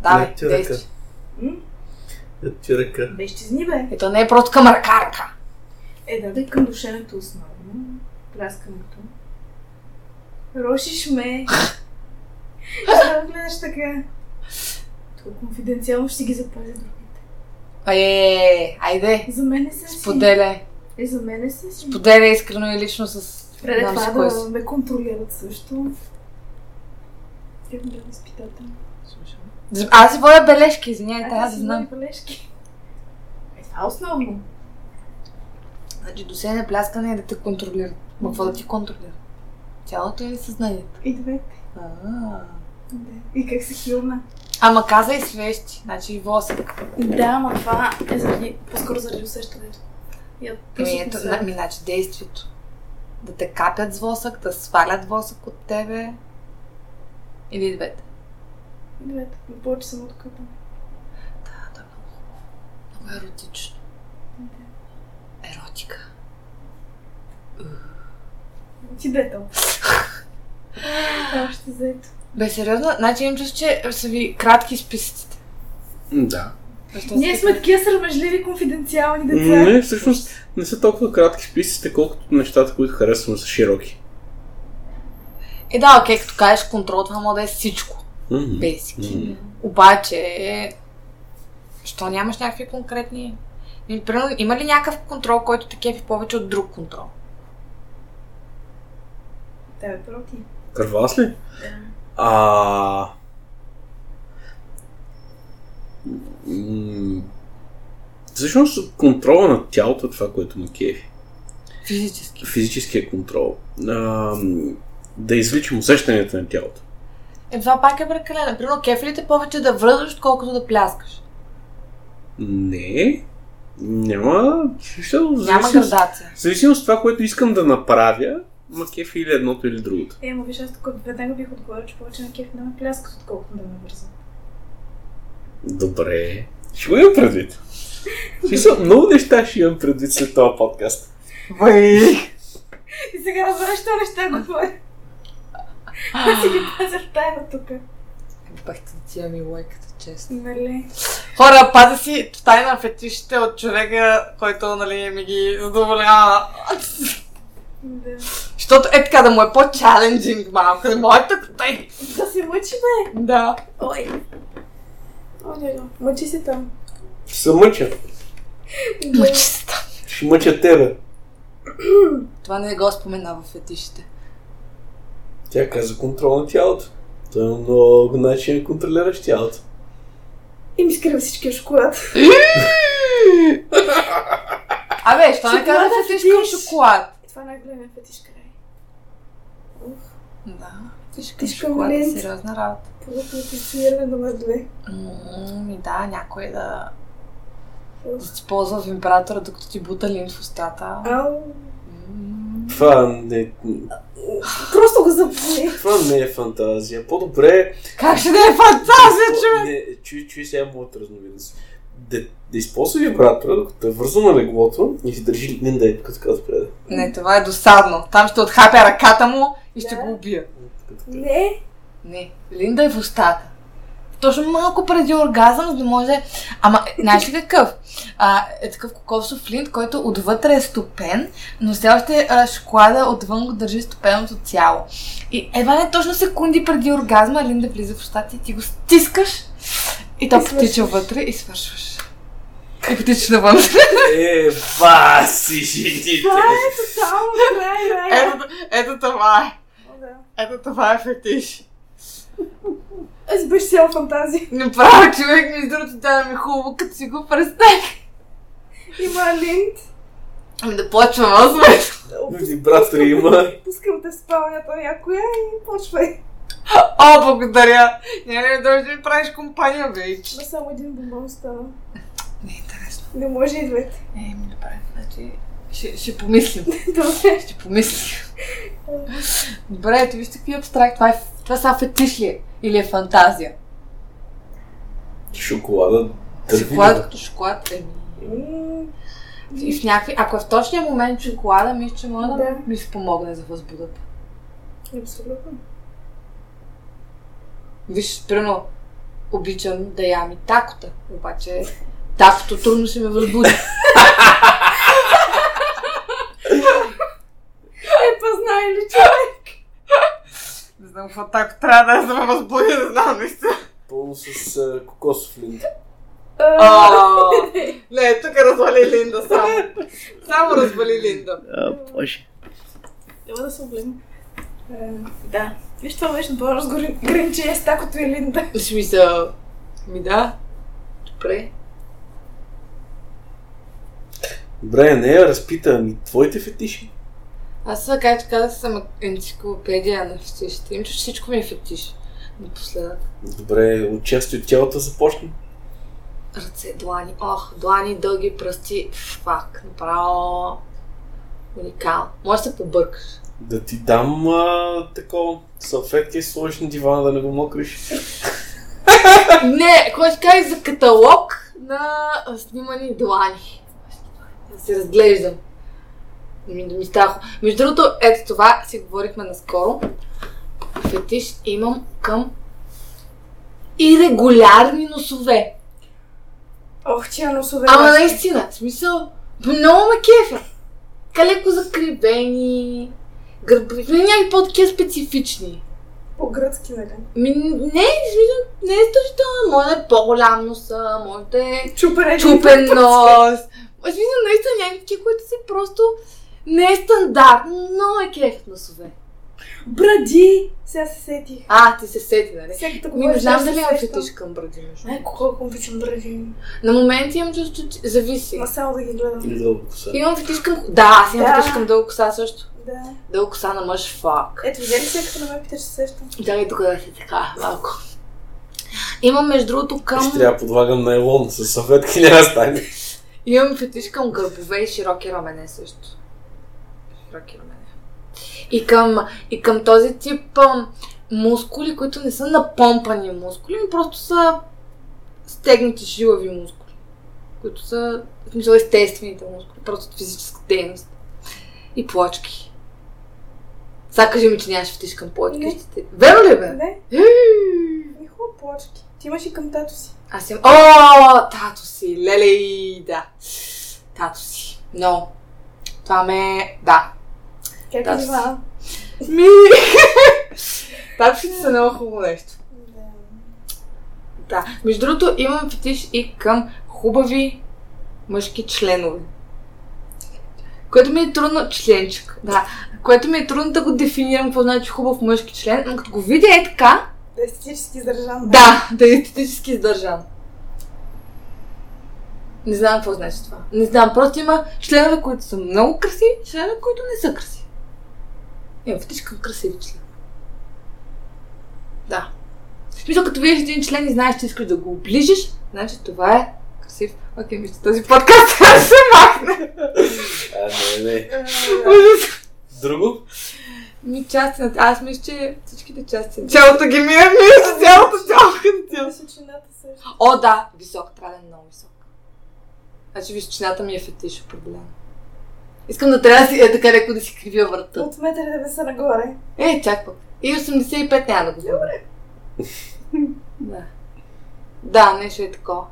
Да, Не, бе, тюрка. действия. М? Да ти ръка. Бе, изчезни бе. Ето не е просто към ръкарка. Е, да, бе, към душенето основно. Пляскането. Рошиш <laughs> ме. Ще да гледаш така. Тук конфиденциално ще си ги запазя другите. Е, айде, За мен са си. споделя. Е, за мен са си. Споделя искрено и лично с Преди знам с това кой да ме контролират също. Трябва да изпитателно. си. Аз си водя бележки, извиняйте, аз да знам. Бележки. Е, това е основно. Значи до сега пляскане е да те контролира. Ма какво да ти контролира? Цялото е съзнанието. И двете. А. Да. И как се хилна. Ама каза и свещи, значи и восък. Да, ама това е заради, по-скоро заради усещането. Я Ами ето, на- ми, значи действието. Да те капят с восък, да свалят восък от тебе. Или двете. Двете, повече съм откъпана. Да, да, много хубаво. Много еротично. Еротика. Ти <laughs> дето. Още заето. Бе, сериозно, значи имам чувство, че са ви кратки списъците. Да. Защо Ние са сме така? такива срамежливи, конфиденциални деца. Не, всъщност не са толкова кратки списъците, колкото нещата, които харесвам, са широки. Е, да, окей, като кажеш контрол, това може да е всичко. Мгм. Basic. Мгм. Обаче, е, що нямаш някакви конкретни... Ами, примерно, Има ли някакъв контрол, който те кефи повече от друг контрол? Да, бе, проти. Кървас ли? Да. А... М, Всъщност контрола на тялото е това, което ме кефи. Физически. Физическия контрол. А, м, да извличам усещанията на тялото. Е, това пак е прекалено. Примерно кефилите повече да връзваш, отколкото да пляскаш. Не, няма. Ще Няма градация. В зависимост от това, което искам да направя, ма кефи или едното или другото. Е, ама виж, аз тук веднага бих отговорил, че повече на кеф да ме пляскат, отколкото да ме вързат. Добре. Ще го имам предвид. В Смисъл, много неща ще имам предвид след този подкаст. И сега разбираш, що неща говоря. Аз си ги пазя в тайна тук. Пак ти тия ми лайката, честно. Нали? Хора, пазя си в тайна фетишите от човека, който нали, ми ги задоволява. Да. Защото е така да му е по-чаленджинг малко, да му е така тъй. Да се мъчи, бе. Да. Ой. О, дядо. Мъчи се там. Ще се мъча. Мъчи Ще мъча тебе. Това не е го спомена в фетишите. Тя каза контрол на тялото. Той има много начин да контролираш тялото. И ми скрива всичкия шоколад. Абе, що не каза Шоколада фетиш към фетиш. шоколад? Това е най-големия фетиш край. Ух, Да. Фетиш към Фетиш към шоколад е лент. сериозна работа. продукт на позициониране номер 2. Ми да, някой е да да ти ползва вибратора, докато ти бута линт в устата. Ау. М. Това не, Просто го запали. това не е фантазия. По-добре... Как ще да е фантазия, човек? Не, чуй, чуй сега моята разновидност. Да, да използва вибратора, докато е вързано на леглото и си държи линда е като така спреда. Не, това е досадно. Там ще отхапя ръката му и ще Да. го убия. Не. Не, Линда е в устата. Точно малко преди оргазъм, за да може... Ама, е, знаеш ли какъв? А, е такъв кокосов линт, който отвътре е стопен, но все още а, шоколада отвън го държи стопеното цяло. И едва не точно секунди преди оргазма Линда влиза в устата и ти го стискаш и то И свършваш. потича вътре и свършваш. И потичаш навън. Е, баси жените! Тотално край, рай. Ето, ето това е. О, да. Ето това е фетиш. Аз беше цяла фантазия. Направо е човек ми другото да ми е хубаво, като си го представя. Има линт. Ами да почвам аз, бе. Вибратори има. Пускам те в спалнята някоя и почвай. О, благодаря. Няма ли да дойдеш да ми правиш компания, бе? Ма само един бомбон стана. Не е интересно. Не може и двете. <laughs> Е, ми добре. Значи, ще, ще помислим. Добре. Ще помислим. Добре, ето вижте какви абстракт. Това, е, това са фетиш ли е? Или е фантазия? Шоколада. дърви. Шоколад като шоколад е. М, И в някакви... Ако е в точния момент шоколада, мисля, че може да, Да. ми спомогне за възбудата. Абсолютно. Виж, примерно, обичам да ям и такота, обаче такото трудно ще ме възбуди. Е, па знае ли, че <laughs> Не знам какво тако трябва да е за да ме възбуди, не знам наистина. Пълно с а, кокосов линт. <laughs> Не, тук развали Линда само. Само развали Линда. А, боже. Няма да се облим. Е, Да. Виж, това беше добър разграничение с такото и е линда. В смисъл, ми да, добре. Добре, не я разпита, ами твоите фетиши. Аз, както казах, съм енциклопедия на фетишите. Им, че всичко ми е фетиш. Напоследък. Добре, от части от тялото започна. Ръце, длани. Ох, длани, дълги пръсти. Фак, направо уникал. Може да се побъркаш. Да ти дам а, такова салфетки и сложиш на дивана да не го мокриш. Не, кой ще каже за каталог на а, снимани длани. Да се разглеждам. Да ми, да ми става. хубаво. Между другото, ето това си говорихме наскоро. Фетиш имам към ирегулярни носове. Ох, че носове. Ама наистина, в смисъл, много ме кефа. Така леко закривени, гърбови, някакви по-такива специфични. По-гръцки, нали? Ми, не, в смисъл, не е точно, може да е по-голям носа, може да е Чупен. чупен нос. Аз мисля, наистина някакви, които са просто не е стандартно, но е кеф носове. Бради! Сега се сетих. А, ти се сети, нали? Всеки да Ми не знам дали имам е фетиш към бради, между Ай, другото. колко обичам бради. На моменти имам чувство, че зависи. Ма само да ги гледам. Или дълго коса. Имам фетиш към... Да, аз имам Да. фетиш към дълго коса също. Е. Да. Дълго коса на мъж, фак. Ето, взели се, като не ме питаш, се сещам. Дай тук да се така, малко. Имам между другото към... Ще трябва да подлагам найлон с съветки, няма да стане. Имам фетиш към гърбове и широки рамене също. Широки рамене. И към, и към този тип ам, мускули, които не са напомпани мускули, но просто са стегнати жилави мускули, които са в смисъл естествените мускули, просто от физическа дейност. И плочки. Сега кажи ми, че нямаш фетиш към плочки. Не. ще те- Верно ли е, бе? Не, ми хубаво плочки. Ти имаш и към тато си. Аз имам... О, тато си, лелей, да. Тато си. Но, това ме... е- Да. Как Тато е си. това? <laughs> Ми... Тапшите са много хубаво нещо. Да. Да. Между другото, имам фетиш и към хубави мъжки членове. Което ми е трудно... Членчик, да. Което ми е трудно да го дефинирам, какво значи хубав мъжки член, но като го видя е така, Да е естетически издържан. да, да е естетически издържан. Не знам какво значи това. Не знам, просто има членове, които са много красиви, членове, които не са красиви. Имам фетиш към красиви член. Да. В смисъл, като видиш един член и знаеш, че искаш да го оближиш, значи това е красив. Окей, мисля, този подкаст е трябва да се махне. А, не, не. Да. Ужас. Друго? Ми части на... Аз мисля, че всичките части на тялото ги мия, мисля, че цялото тяло на тяло. Височината също. О, да, висок, трябва да е много висок. Значи височината ми е фетиш определено. Искам да трябва да си, е така леко да си кривя врата. От метър да са нагоре. Е, чак пък. И 85 няма да го Добре. <laughs> да. Да, нещо е такова.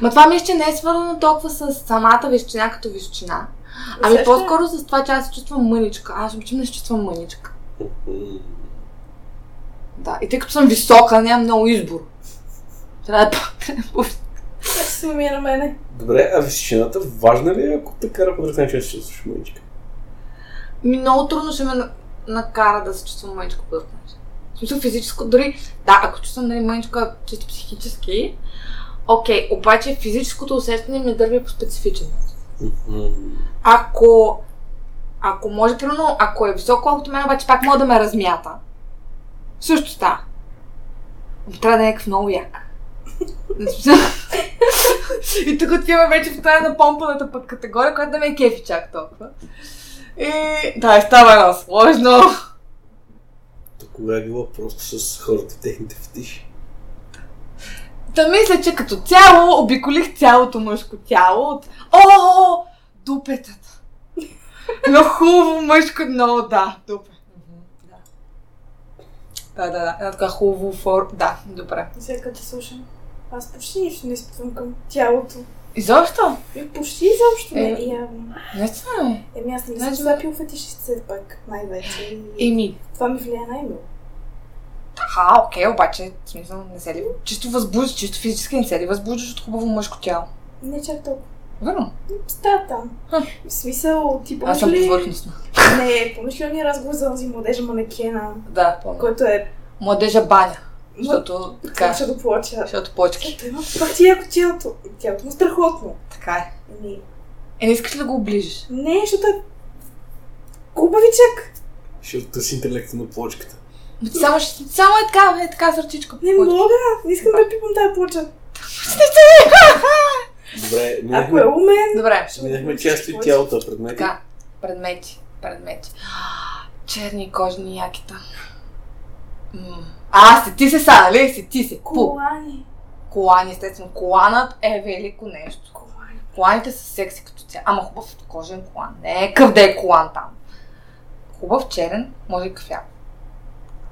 Ма това мисля, че не е свързано толкова с самата височина като височина. Ами Усеща- по-скоро с това, че аз се чувствам мъничка. Аз обичам да се чувствам мъничка. М, Да. И тъй като съм висока, нямам много избор. Трябва да по- Ще се намия на мене. Добре, а височината важна ли е, ако те кара по друг начин, ще се чувстваш мъничка? Ми много трудно ще ме на- накара да се чувствам мъничко по друг начин. В смисъл физическо, дори да, ако чувствам нали, мъничко е чисто психически, окей, обаче физическото усещане ме дърви по специфичен начин. М, Ако, ако може, примерно, ако е високо, колкото мен, обаче пак мога да ме размята. Също става. Но трябва да е някакъв много як. В смисъл- И тук отиваме вече в тази на помпаната пък категория, която да ме е кефи чак толкова. И да, и става едно сложно. То кога е било просто с хората и техните фетиши? Та мисля, че като цяло обиколих цялото мъжко тяло от О, дупетата. Но хубаво мъжко, но да, дупе. Да. Да, да, да. Една така хубаво фор... Да, добре. Сега като те слушам. Аз почти нищо не изпитвам към тялото. Изобщо? И почти изобщо не Е. явно. Наистина ли? Еми аз не съм Значи- Е, запил фетишист все пак, най-вече. И... Еми, Това ми влияе най-много. аха, окей, обаче, в смисъл, не се ли чисто възбуждаш, чисто физически не се ли възбуждаш от хубаво мъжко тяло? Не чак толкова. Верно. Става там. В смисъл, ти Аз помниш съм ли... повърхностна. Не, помниш ли ония разговор за този младежа манекена, Да, помня. който е... Младежа баня. Защото така. Кача до плоча. Защото почки. Той има пак ти яко тялото. Тялото му е страхотно. Така е. Еми, Е, не искаш ли да го оближиш? не, защото е... Кубавичък. Ще оттърси интелекта на плочката. Ма ти само, ще- само е така, е така сърчичко. Не Почки. мога. Не искам да пипам тази плоча. Добре, Ако е минахме, умен, Добре. минахме части от тялото, а предмети. Така. Предмети. Предмети. Черни кожни якита. М. А, си ти се са, нали? Си ти се. Пу. колани. Колани, естествено. Коланът е велико нещо. Колани. Коланите са секси като цяло. Ама хубав е кожен колан. Не е къв да е колан там. Хубав черен, може и кафяв.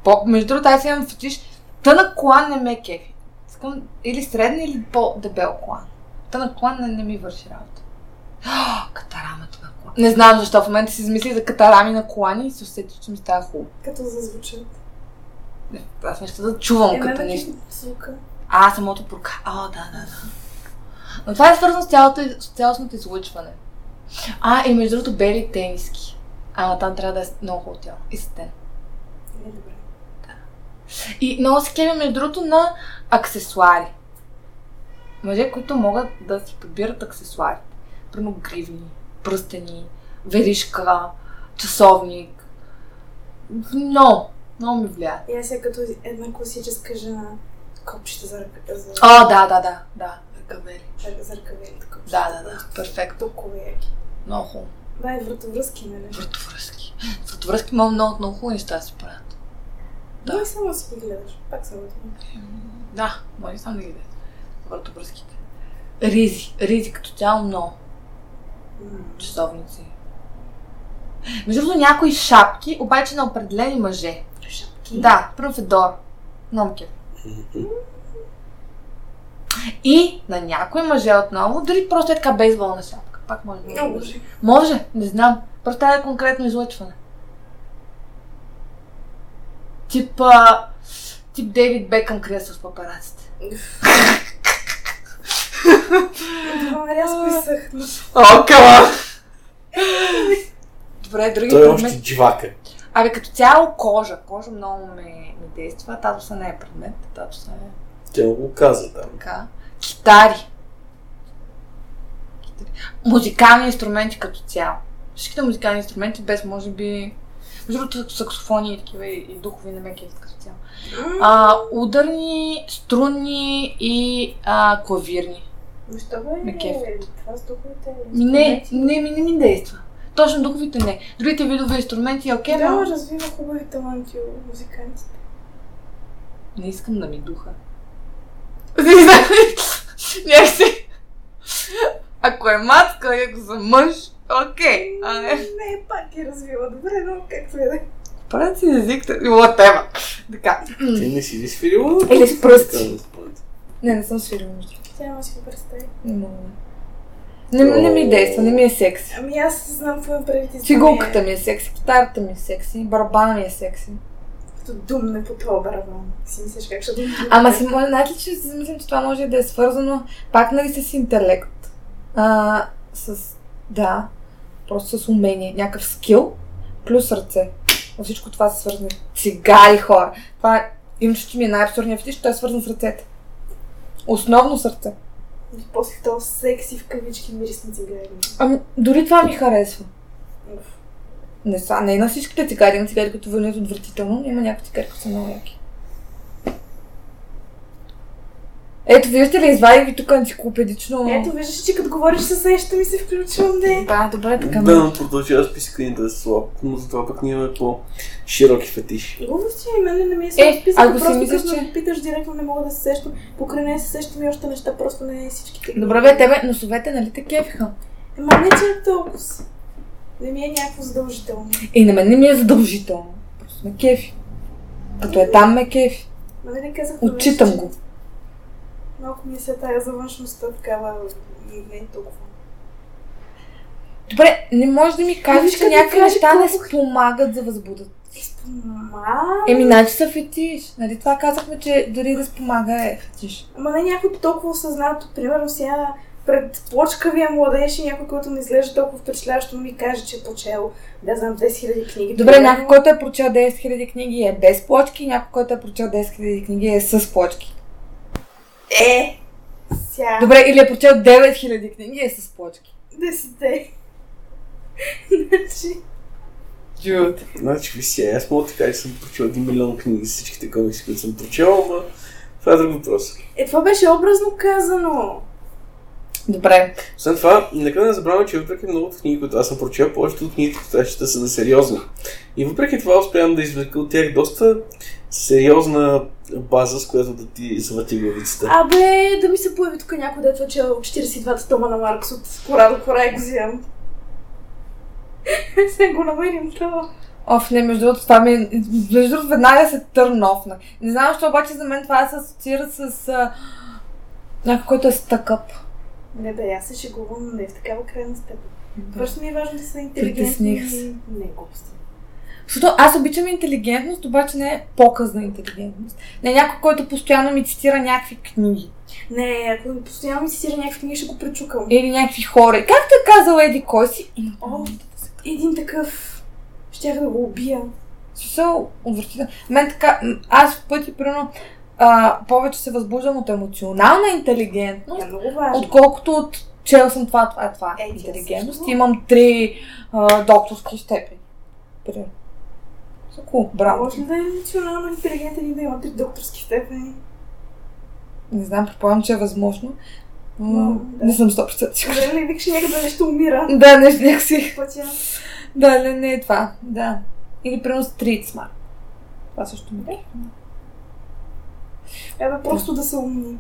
По, между другото, аз имам фетиш. Тънък колан не ме е кефи. Искам или среден, или по-дебел колан. Тънък колан не, не ми върши работа. <gasps> А, катарамата на колан. Не знам защо в момента си измислих за катарами на колани и се усетих, че ми става хубаво. Като зазвучат. Не, Аз не ще да чувам като ме нещо. звука. А, самото пурка. А, да, да, да. Но това е свързано с, цялото, с цялостното излъчване. А, и между другото бели тениски. Ама там трябва да е много хубаво тяло. И сатен. Не, добре. И много се кевя между другото на аксесуари. Мъже, които могат да си подбират аксесуари. Примерно гривни, пръстени, веришка, часовник. Много, много ми влияе. И аз е като една класическа жена. Копчета за, ръка, за, О, да, да, да, да. Ръкавели. за ръкавелите. Да, да, да. Перфект. Толкова яки. Много хубаво. Да, и вратовръзки, нали? Вратовръзки. Вратовръзки много, много, много хубави неща се правят. Да. Да. Но и само да си ги гледаш. Пак се въртим. Да, може само да ги гледате. Вратовръзките. Ризи. Ризи като цяло много. Часовници. Между другото, някои шапки, обаче на определени мъже. Шапки. Да, първо Федор. Номки. И на някои мъже отново, дори просто е така бейсболна шапка. Пак може да Много го жи. Може, не знам. Просто трябва да е конкретно излъчване. Тип, а, тип Дейвид Бекъм кресло с папараците. Това нали аз поисах. О, кава! Добре, други Той е предмети. още дживака. Абе, като цяло кожа. Кожа много ме, ме действа. Татуса не е предмет. Татуса е Тя му го каза там. така. Китари. Китари. Музикални инструменти като цяло. Всичките музикални инструменти без, може би... Между другото, саксофони и такива и, и духови не ме кефят като цяло. А, ударни, струнни и а, клавирни. Защо Ме Ами, бе? кефи. Това с духовете. Ми не, не, ми не ми действа. Точно духовите не. Другите видове инструменти е окей, но... Да, развива хубави таланти у музикантите. Не искам да ми <laughs> духа. Някакси. Ако е матка и ако съм мъж, окей. Е, А не. Не, пак ги развива добре, но както е да е. Правят си език, та- било тема. Така. Ти не си ли свирила? Или с пръсти. Каза с пръсти. Не, не съм свирила между. Тя няма да си го представи. Не мога. Не, не ми действа, не ми е секси. Ами аз знам какво ме преди. Цигулката ми е секси, китарата ми е секси, барабана ми е секси. Като думне по това барабан. Си мислиш как ще думне. Ама си, мо- знаете ли, че си мислим, че това може да е свързано пак нали с интелект, а, с, да, просто с умение, някакъв скил, плюс ръце. Във всичко това са свързани цигари хора. Това е- имчето ми е най-абсурдният фетиш, той е свързан с ръцете. Основно с ръце. И после то секси в кавички мирис на цигари. Ами, дори това ми харесва. Уф. Не, са, не е на всичките цигари, на цигари, които вълнят отвратително, но има някои цигари, които са много яки. Ето, виждате ли, извадих ви тук енциклопедично. Ето, виждаш, че като говориш се сещам и се включвам, не. Да, добре, така Да, Е, да. но продължава списъка ни да е слаб, но затова пък ние имаме Широки фетиши. Глупости ми, мене не ми е след списъка, ако си просто мислиш, като ме че- питаш директно, не мога да се сещам. Покрай нея се сещам и още неща, просто не е всичките. Добре, бе, тебе носовете, нали те кефиха? Ема не че е толкова. Не ми е някакво задължително. И на мен не ми е задължително. Просто ме кефи. Като е там, ме кефи. Нали не казах на Отчитам нещо, го. че Малко ми се тая за външността, такава и не е толкова. Добре, не можеш да Ами ми кажеш, Виж че като някакви каже неща не колко- спомагат за възбудата. Спома. Еми, значи са фетиш. Нали това казахме, че дори да спомага е фетиш. Ама не някой толкова осъзнато, примерно сега пред плочкавия младеж и някой, който не изглежда толкова впечатляващо, ми каже, че е почел, да знам, 10 000 книги. Добре, някой, който е прочел 10 000 книги е без плочки, някой, който е прочел 10 000 книги е с плочки. Е, сега. Добре, или е прочел 9 000 книги е с плочки. Десете. Значи, Джуд. Значи, ви си, аз мога да ти кажа, че съм прочел 1 милион книги с всичките комикси, които съм прочел, ама това е друг въпрос. е, това беше образно казано. Добре. Освен това, нека да не забравяме, че въпреки многото книги, които аз съм прочел, повечето от книгите, които аз чета, са несериозни. И въпреки това успявам да извлека от тях доста сериозна база, с която да ти завърти главицата. Абе, да ми се появи тук някой, дето е чел 42-та тома на Маркс от кора до кора и го взимам. <laughs> Сега го намерим това. Оф, не, между другото, това ми е- Между другото, веднага се търнофна. Не знам, защо обаче за мен това се асоциира с... А... Някой, който е стъкъп. Не бе, аз се шегувам, но не в такава крайна степен. Просто ми е важно да са Притесних интелигентни се. и не е глупости. Защото аз обичам интелигентност, обаче не е показна интелигентност. Не е някой, който постоянно ми цитира някакви книги. Не, ако ми постоянно ми цитира някакви книги, ще го пречукам. Или някакви хора. И Както е казал Еди кой си? И О, един такъв. Щях да го убия. Смисъл, отвратително. Мен така, м, аз в пъти, примерно, а, повече се възбуждам от емоционална интелигентност, Тя е много важно. отколкото от чел съм това, това, това. Е, ти интелигентност. също. Имам три а, докторски степени. Супер. Супер. Браво. Може ли да е емоционално интелигентен и да има три докторски степени? Не знам, предполагам, че е възможно. но М, да. Не съм 100% сигурна. Добре ли викаш някъде нещо умира Да, не, някакси. по пътя? Да, не, не е това. Да. Или примерно стрит смарт. Това също ми е. Е, бе, просто да се умни.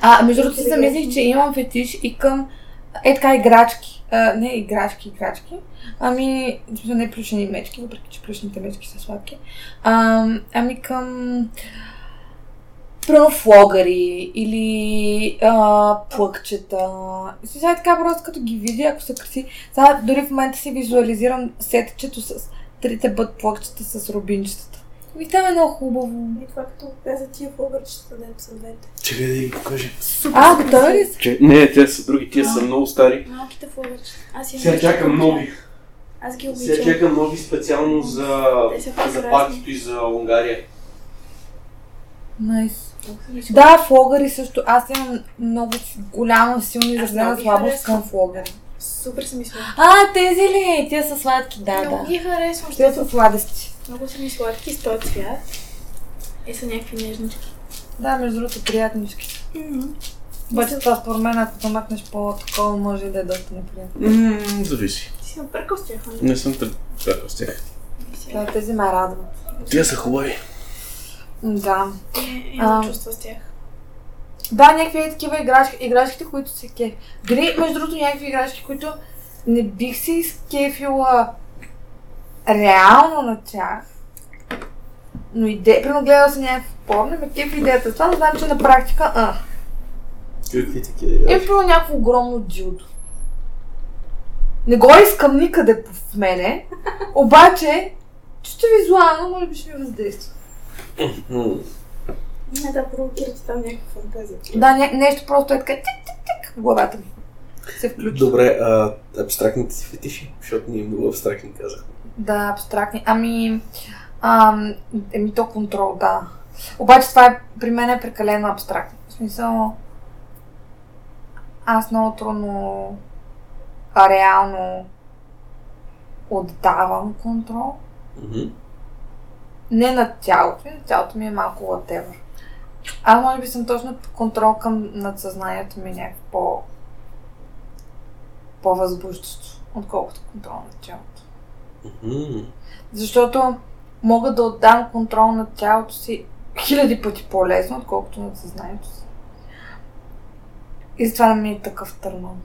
А, между другото, си замислих, че имам фетиш и към е така играчки. А, не играчки, играчки. Ами, в смисъл, не плюшени мечки, въпреки че плюшените мечки са сладки. А, ами към Пръв флогъри или а, плъкчета. И Сега е така просто като ги видя, ако са красиви. Сега дори в момента си визуализирам сетчето с трите бът плъкчета с рубинчетата. И там е много хубаво. И това като те за тия българчета да им са двете. Чакай да ги покажа. А, готови ли са? Че... Не, те са други, тия са много стари. Малките българчета. Аз я Сега обичам. чакам нови. Аз ги Сега обичам. чакам нови специално за, Те са прекрасни. за партито и за Унгария. Найс. Да, флогъри също. Аз имам много голяма, силна изразена много ги слабост харесвам. към флогъри. Супер се мисля. А, тези ли? Те са сладки, да, Много да. ги харесвам, Те защото са сладости. много са ми сладки с този цвят. И са някакви нежнички. Да, между другото, приятнички. Мгм. Обаче това според мен, ако то махнеш по-такова, може и да е доста неприятно. Ммм, зависи. Ти си напъркал с тях, нали? Не съм тър- търкал с тях. Да, тези ме радват. Те са хубави. М, Да. Е, А. имам чувства с тях. Да, някакви такива играчки, играчките, които се кеф. Дори, между другото, някакви играчки, които не бих се изкефила реално на тях. Но иде, примерно гледала съм някакво порно, и ме кеф идеята. Това но знам, че на практика, а. Какви такива Е, примерно някакво огромно дюдо. Не го искам никъде по- в мене, обаче, чисто визуално, може би ще ми въздейства. Не, да, провокирате там някаква фантазия. Да, не, нещо просто е така тик-тик-тик в главата ми. Се включва. Добре, а абстрактните си фетиши, защото ние много абстрактни казахме. Да, абстрактни. Ами, ам, еми то контрол, да. Обаче това е, при мен е прекалено абстрактно. В смисъл, аз много трудно а, реално отдавам контрол. Мгм. Не на тялото ми, на тялото ми е малко латева. Аз може би съм точно контрол към надсъзнанието ми е някакво по... по-възбуждащо, отколкото контрол на тялото. Мгм. Защото мога да отдам контрол на тялото си хиляди пъти по-лесно, отколкото на съзнанието си. И затова не ми е такъв търман.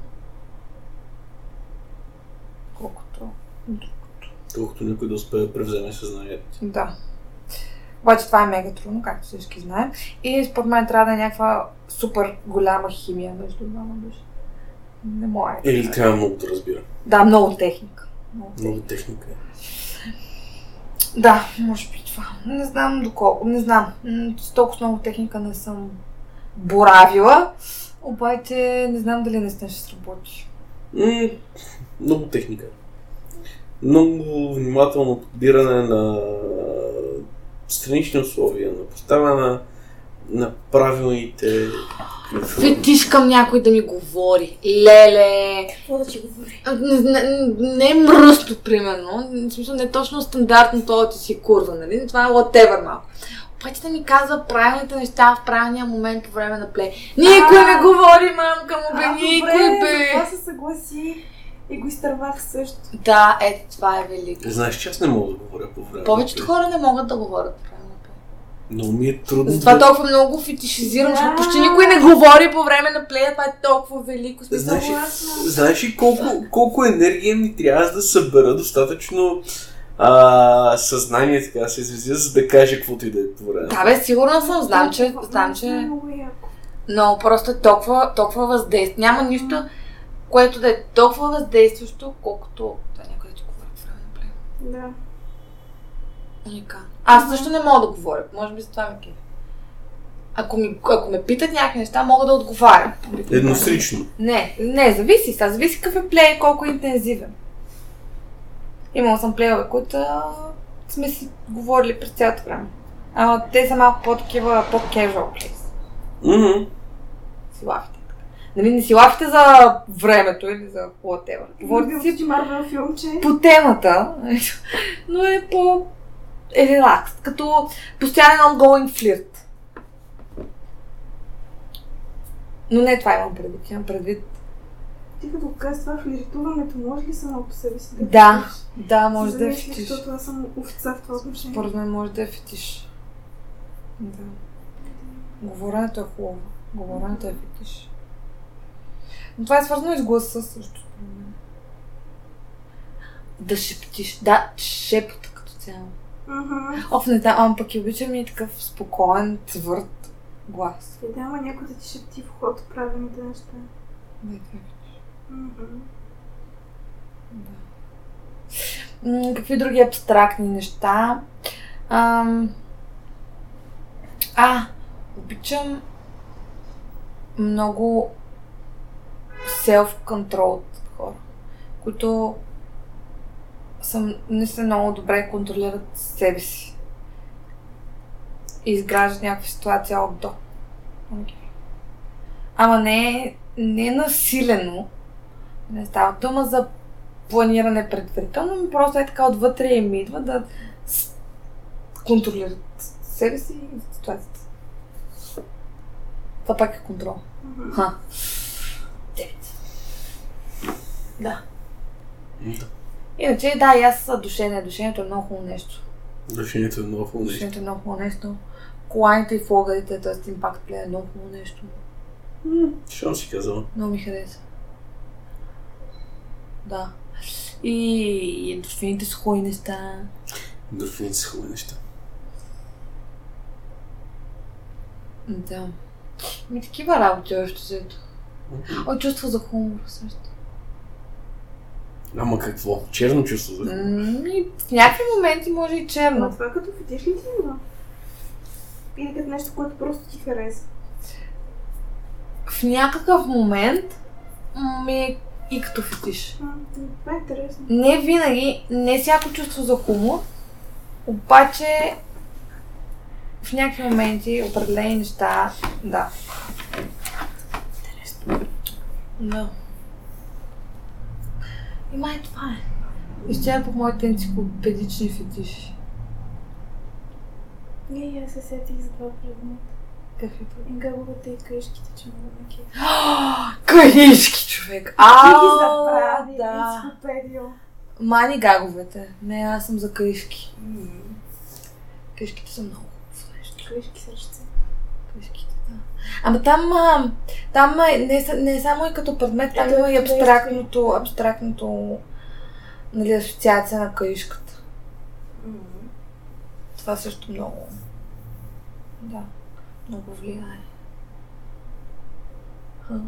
Колкото. Колкото някой да успее да превземе съзнанието. ти. Да. Обаче това е мега трудно, както всички знаем. И според мен трябва да е някаква супер голяма химия между двама души. Не мога. е Или така. трябва много да разбира. Да, много техника. Много техника. Много техника. е. Да, може би това. Не знам доколко. Не знам. М, С толкова много техника не съм боравила. Обаче не знам дали наистина ще сработи. М, Е, Много техника. Много внимателно подбиране на странични условия, на поставяне на, на правилните ключове. Фетиш към някой да ми говори. Леле! Какво да ти говори? А, Не, не, не е мръсно, примерно. В смисъл, не е точно стандартното от си курва, нали? Това е whatever малко. Обаче да ми казва правилните неща в правилния момент по време на плей. Никой А. не говори, мамка му, бе, А, никой, добре, за бе! това се съгласи. И го изтървах също. Да, ето това е велико. Знаеш, че аз не мога да говоря по време. Повечето на- хора не могат да говорят по време на плей. Но ми е трудно. Затова да... толкова много го фетишизирам, защото Да. почти никой не говори по време на плея, това е толкова велико. Смисъл, Знаеш, ли- знаеш ли колко, колко енергия ми трябва за да събера достатъчно а, съзнание, така да се изразя, за да кажа каквото и да е по време. да бе, сигурна съм, знам, че, знам, че Много яко. Но просто е толкова, толкова въздействие. Няма нищо, което да е толкова въздействащо, колкото това е някой да ти говори по време на плей. Да. Уникално. Аз също не мога да говоря. Може би за това ми кефи. Ако, ми, ако ме питат някакви неща, мога да отговарям. Еднострично. Не, не, зависи. Сега зависи какъв е плей, колко е интензивен. Имала съм плейове, които а, сме си говорили през цялото време. Ама те са малко по-такива, по-casual плейс. Мгм. Славите. Нали, не си лафите за времето или за whatever. Говорите си Говорите си Марвел филмче. по темата, но е по е релакс, като постоянен ongoing флирт. Но не това имам предвид, имам предвид. Ти като каза това флиртуването, може ли само по себе си Да. флиртуваш? Да, може да е Замисли, фетиш. Защото аз съм овца в това отношение. Според мен може да е фетиш. Да. Говоренето е хубаво. Говоренето е фетиш. Но това е свързано и с гласа също. според мен. Да шептиш. Да, шепот като цяло. Мгм. Оф, не знам, ама пък и обичам и такъв спокоен, твърд глас. Е, Да, ама някой да ти шепти в ход правилните неща. Не, това е. Мгм. М, Какви други абстрактни неща? Ам... А, обичам много self-controlled хора, които съм, не са много добре контролират себе си и изграждат някаква ситуация от до. Ама не, не насилено. Не става дума за планиране предварително, но просто е така отвътре им идва да с- контролират себе си и ситуацията. Това пак е контрол. Мгм. Ха. Девет. Да. Иначе, да, и аз са душение. Душението е много хубаво нещо. Решението е много хубаво нещо. Душението е много хубаво нещо. Коланите и флогарите, т.е. импакт плея е много хубаво нещо. Що си казала? Много ми хареса. Да. И ендорфините са хубави неща. Ендорфините са хубави неща. Да. Ми такива работи още взето. О, чувство за хумор също. Ама какво? Черно чувство за хубаво. М, И Ами, в някакви моменти може и Ама черно. това като видиш ли ти има? Или като нещо, което просто ти хареса. В някакъв момент ми е и като фетиш. М, Това е интересно. Не винаги, не всяко чувство за хумор, обаче в някакви моменти определени неща, да. Интересно. Да. И май това е. Изчерпах моите енциклопедични фетиши. Не, и аз се сетих за два предмета. Какви И гъбовете и кръжките, че мога да ги <gasps> Калишки човек. Ти А, <laughs> ги забрави, да. енциклопедио. Мани гаговете. Не, аз съм за калишки. Калишките са много хубаво нещо. Кръжки сърце. Калишките, да.Ама там, а, там а, не, са- не е само и като предмет, там Ето, има и ето, абстрактното, абстрактното нали, асоциация на калишката. Това също много. Да, много влияе. Хм.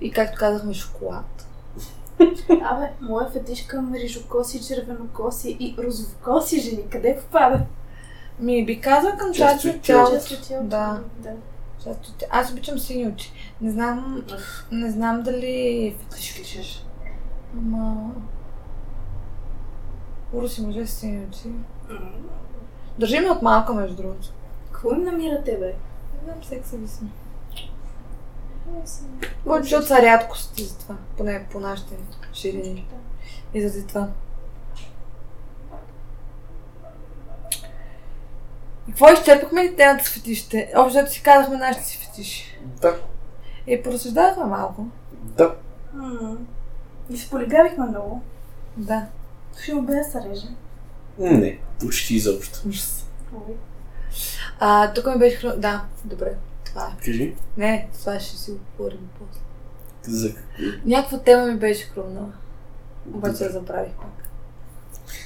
И както казахме, шоколад. Абе, моя фетиш към рижокоси, червенокоси и розовокоси жени. Къде попада? Ми би казал към част от тялото. Често тялото. Да. да. Част от тя- Аз обичам сини очи. Не знам, не знам дали е фетиш фетиш. Ама... Уро си мъже с сини очи. Държи ме от малка, между другото. Какво им намирате, бе? Не знам, секса ви съм. Може, защото са рядкости за това. Поне по нашите ширини. И заради това. И Какво изчерпахме ли темата с фетишите? Общо взето си казахме нашите си фетиши. Да. И поразсъждавахме малко. Да. М. И се полигавихме много. Да. Слушай, бе, да се реже. Не. Почти изобщо. Ужас. А, тук ми беше храна... Да, добре. Това е. Кажи. Не, това ще си го говорим после. За Някаква тема ми беше хрумнала. Обаче Добре. я забравих пак.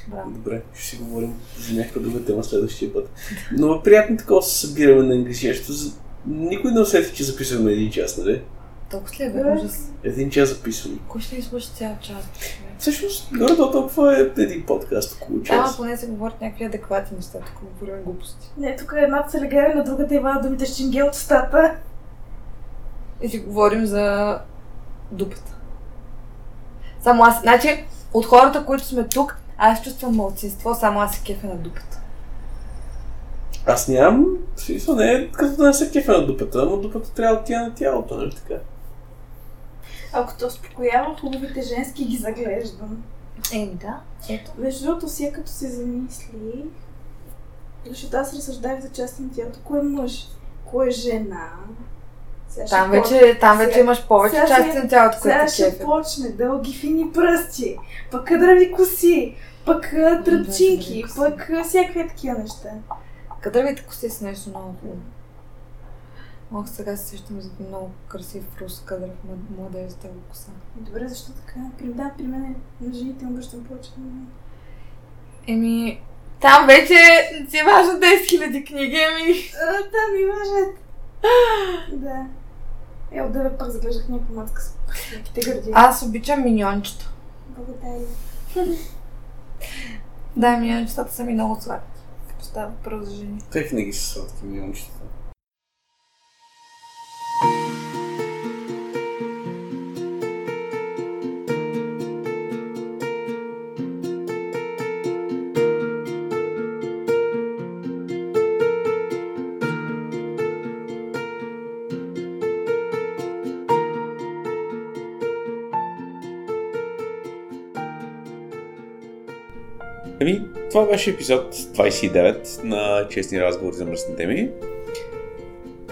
Браво. Добре, ще си говорим за някаква друга тема следващия път. Но е приятно такова се събираме на английски, защото за... никой не усети, че записваме един час, нали? Толкова ли е бе? Ужас. Един час записваме. Кой ще ни слуша цял час? човек? Всъщност, горе-долу толкова е един подкаст, около Да, ама час. поне се говорят някакви адекватни неща, тук говорим глупости. Не, тук едната се легави на другата и вада думите щинге от устата. И си говорим за дупата. Само аз, значи, от хората, които сме тук, аз чувствам мълцинство, само аз се кефя на дупата. Аз нямам, в смисъл не е като да не се кефа на дупата, но дупата трябва да отиде на тялото, нали така? Ако те успокоява, хубавите женски ги заглеждам. Еми да. Между другото, сега като се замисли, защото аз разсъждах за част на тялото, кой е мъж, кой е жена. Сега Там ще вече, е там вече Сега- имаш повече сега части ще- на тялото, което Сега те ще кефи. почне дълги фини пръсти, пък кадрави коси, пък а, тръпчинки, пък а, всякакви такива неща. Кадървите коси са нещо много хубаво. Ох, сега се сещам за много красив рус кадър в млад- младежата го коса. Добре, защо така? При, да, при мен е- на жените им обръщам повече внимание. Еми, там вече си важно 10 000 книги, ами... А, да, ми мъжът. Да. Е, отдаве пак заглеждах някаква матка с леките гърди. Аз обичам миньончето. Благодаря. Да, миньончетата са ми много сладки. Като става въпрос за жени. Те винаги са сладки ми момчета. Еми, това беше епизод 29 на Честни разговори за мръсни теми.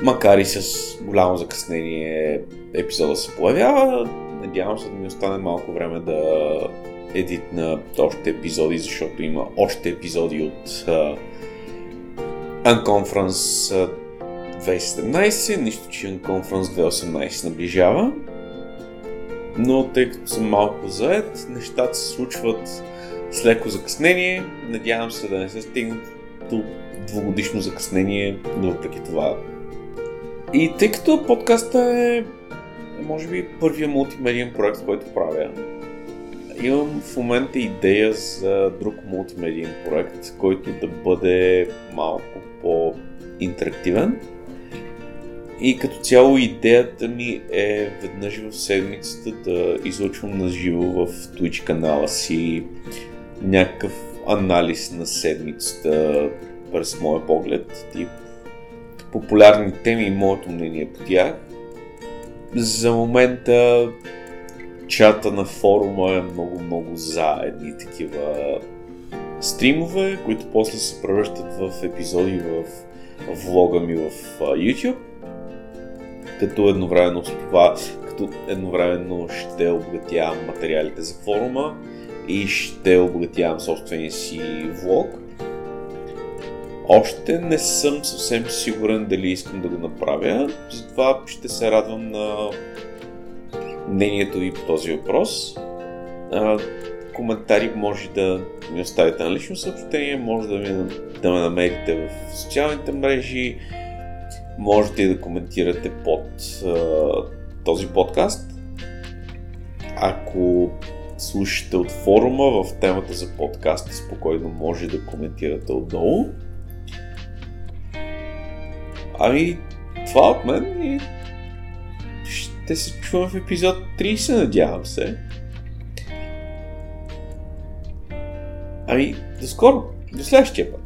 Макар и с голямо закъснение епизода се появява, надявам се да ми остане малко време да едитна още епизоди, защото има още епизоди от uh, Unconference а, 2017, нищо, че Unconference 2018 наближава. Но тъй като съм малко заед, нещата се случват с леко закъснение. Надявам се да не се стигне до двугодишно закъснение, но въпреки това. И тъй като подкаста е, може би, първия мултимедиен проект, който правя, имам в момента идея за друг мултимедиен проект, който да бъде малко по-интерактивен. И като цяло идеята ми е веднъж в седмицата да излъчвам на живо в Twitch канала си някакъв анализ на седмицата през моя поглед, тип популярни теми и моето мнение по тях. За момента чата на форума е много-много за едни такива стримове, които после се превръщат в епизоди в влога ми в а, YouTube. Като едновременно с това, като едновременно ще обогатявам материалите за форума, и ще обогатявам собствения си влог. Още не съм съвсем сигурен дали искам да го направя, затова ще се радвам на мнението ви по този въпрос. А, коментари може да ми оставите на лично съобщение, може да, ми, да ме намерите в социалните мрежи, можете и да коментирате под а, този подкаст. Ако слушате от форума в темата за подкаст, спокойно може да коментирате отдолу. Ами, това от мен и ще се чувам в епизод 30, надявам се. Ами, до скоро, до следващия път.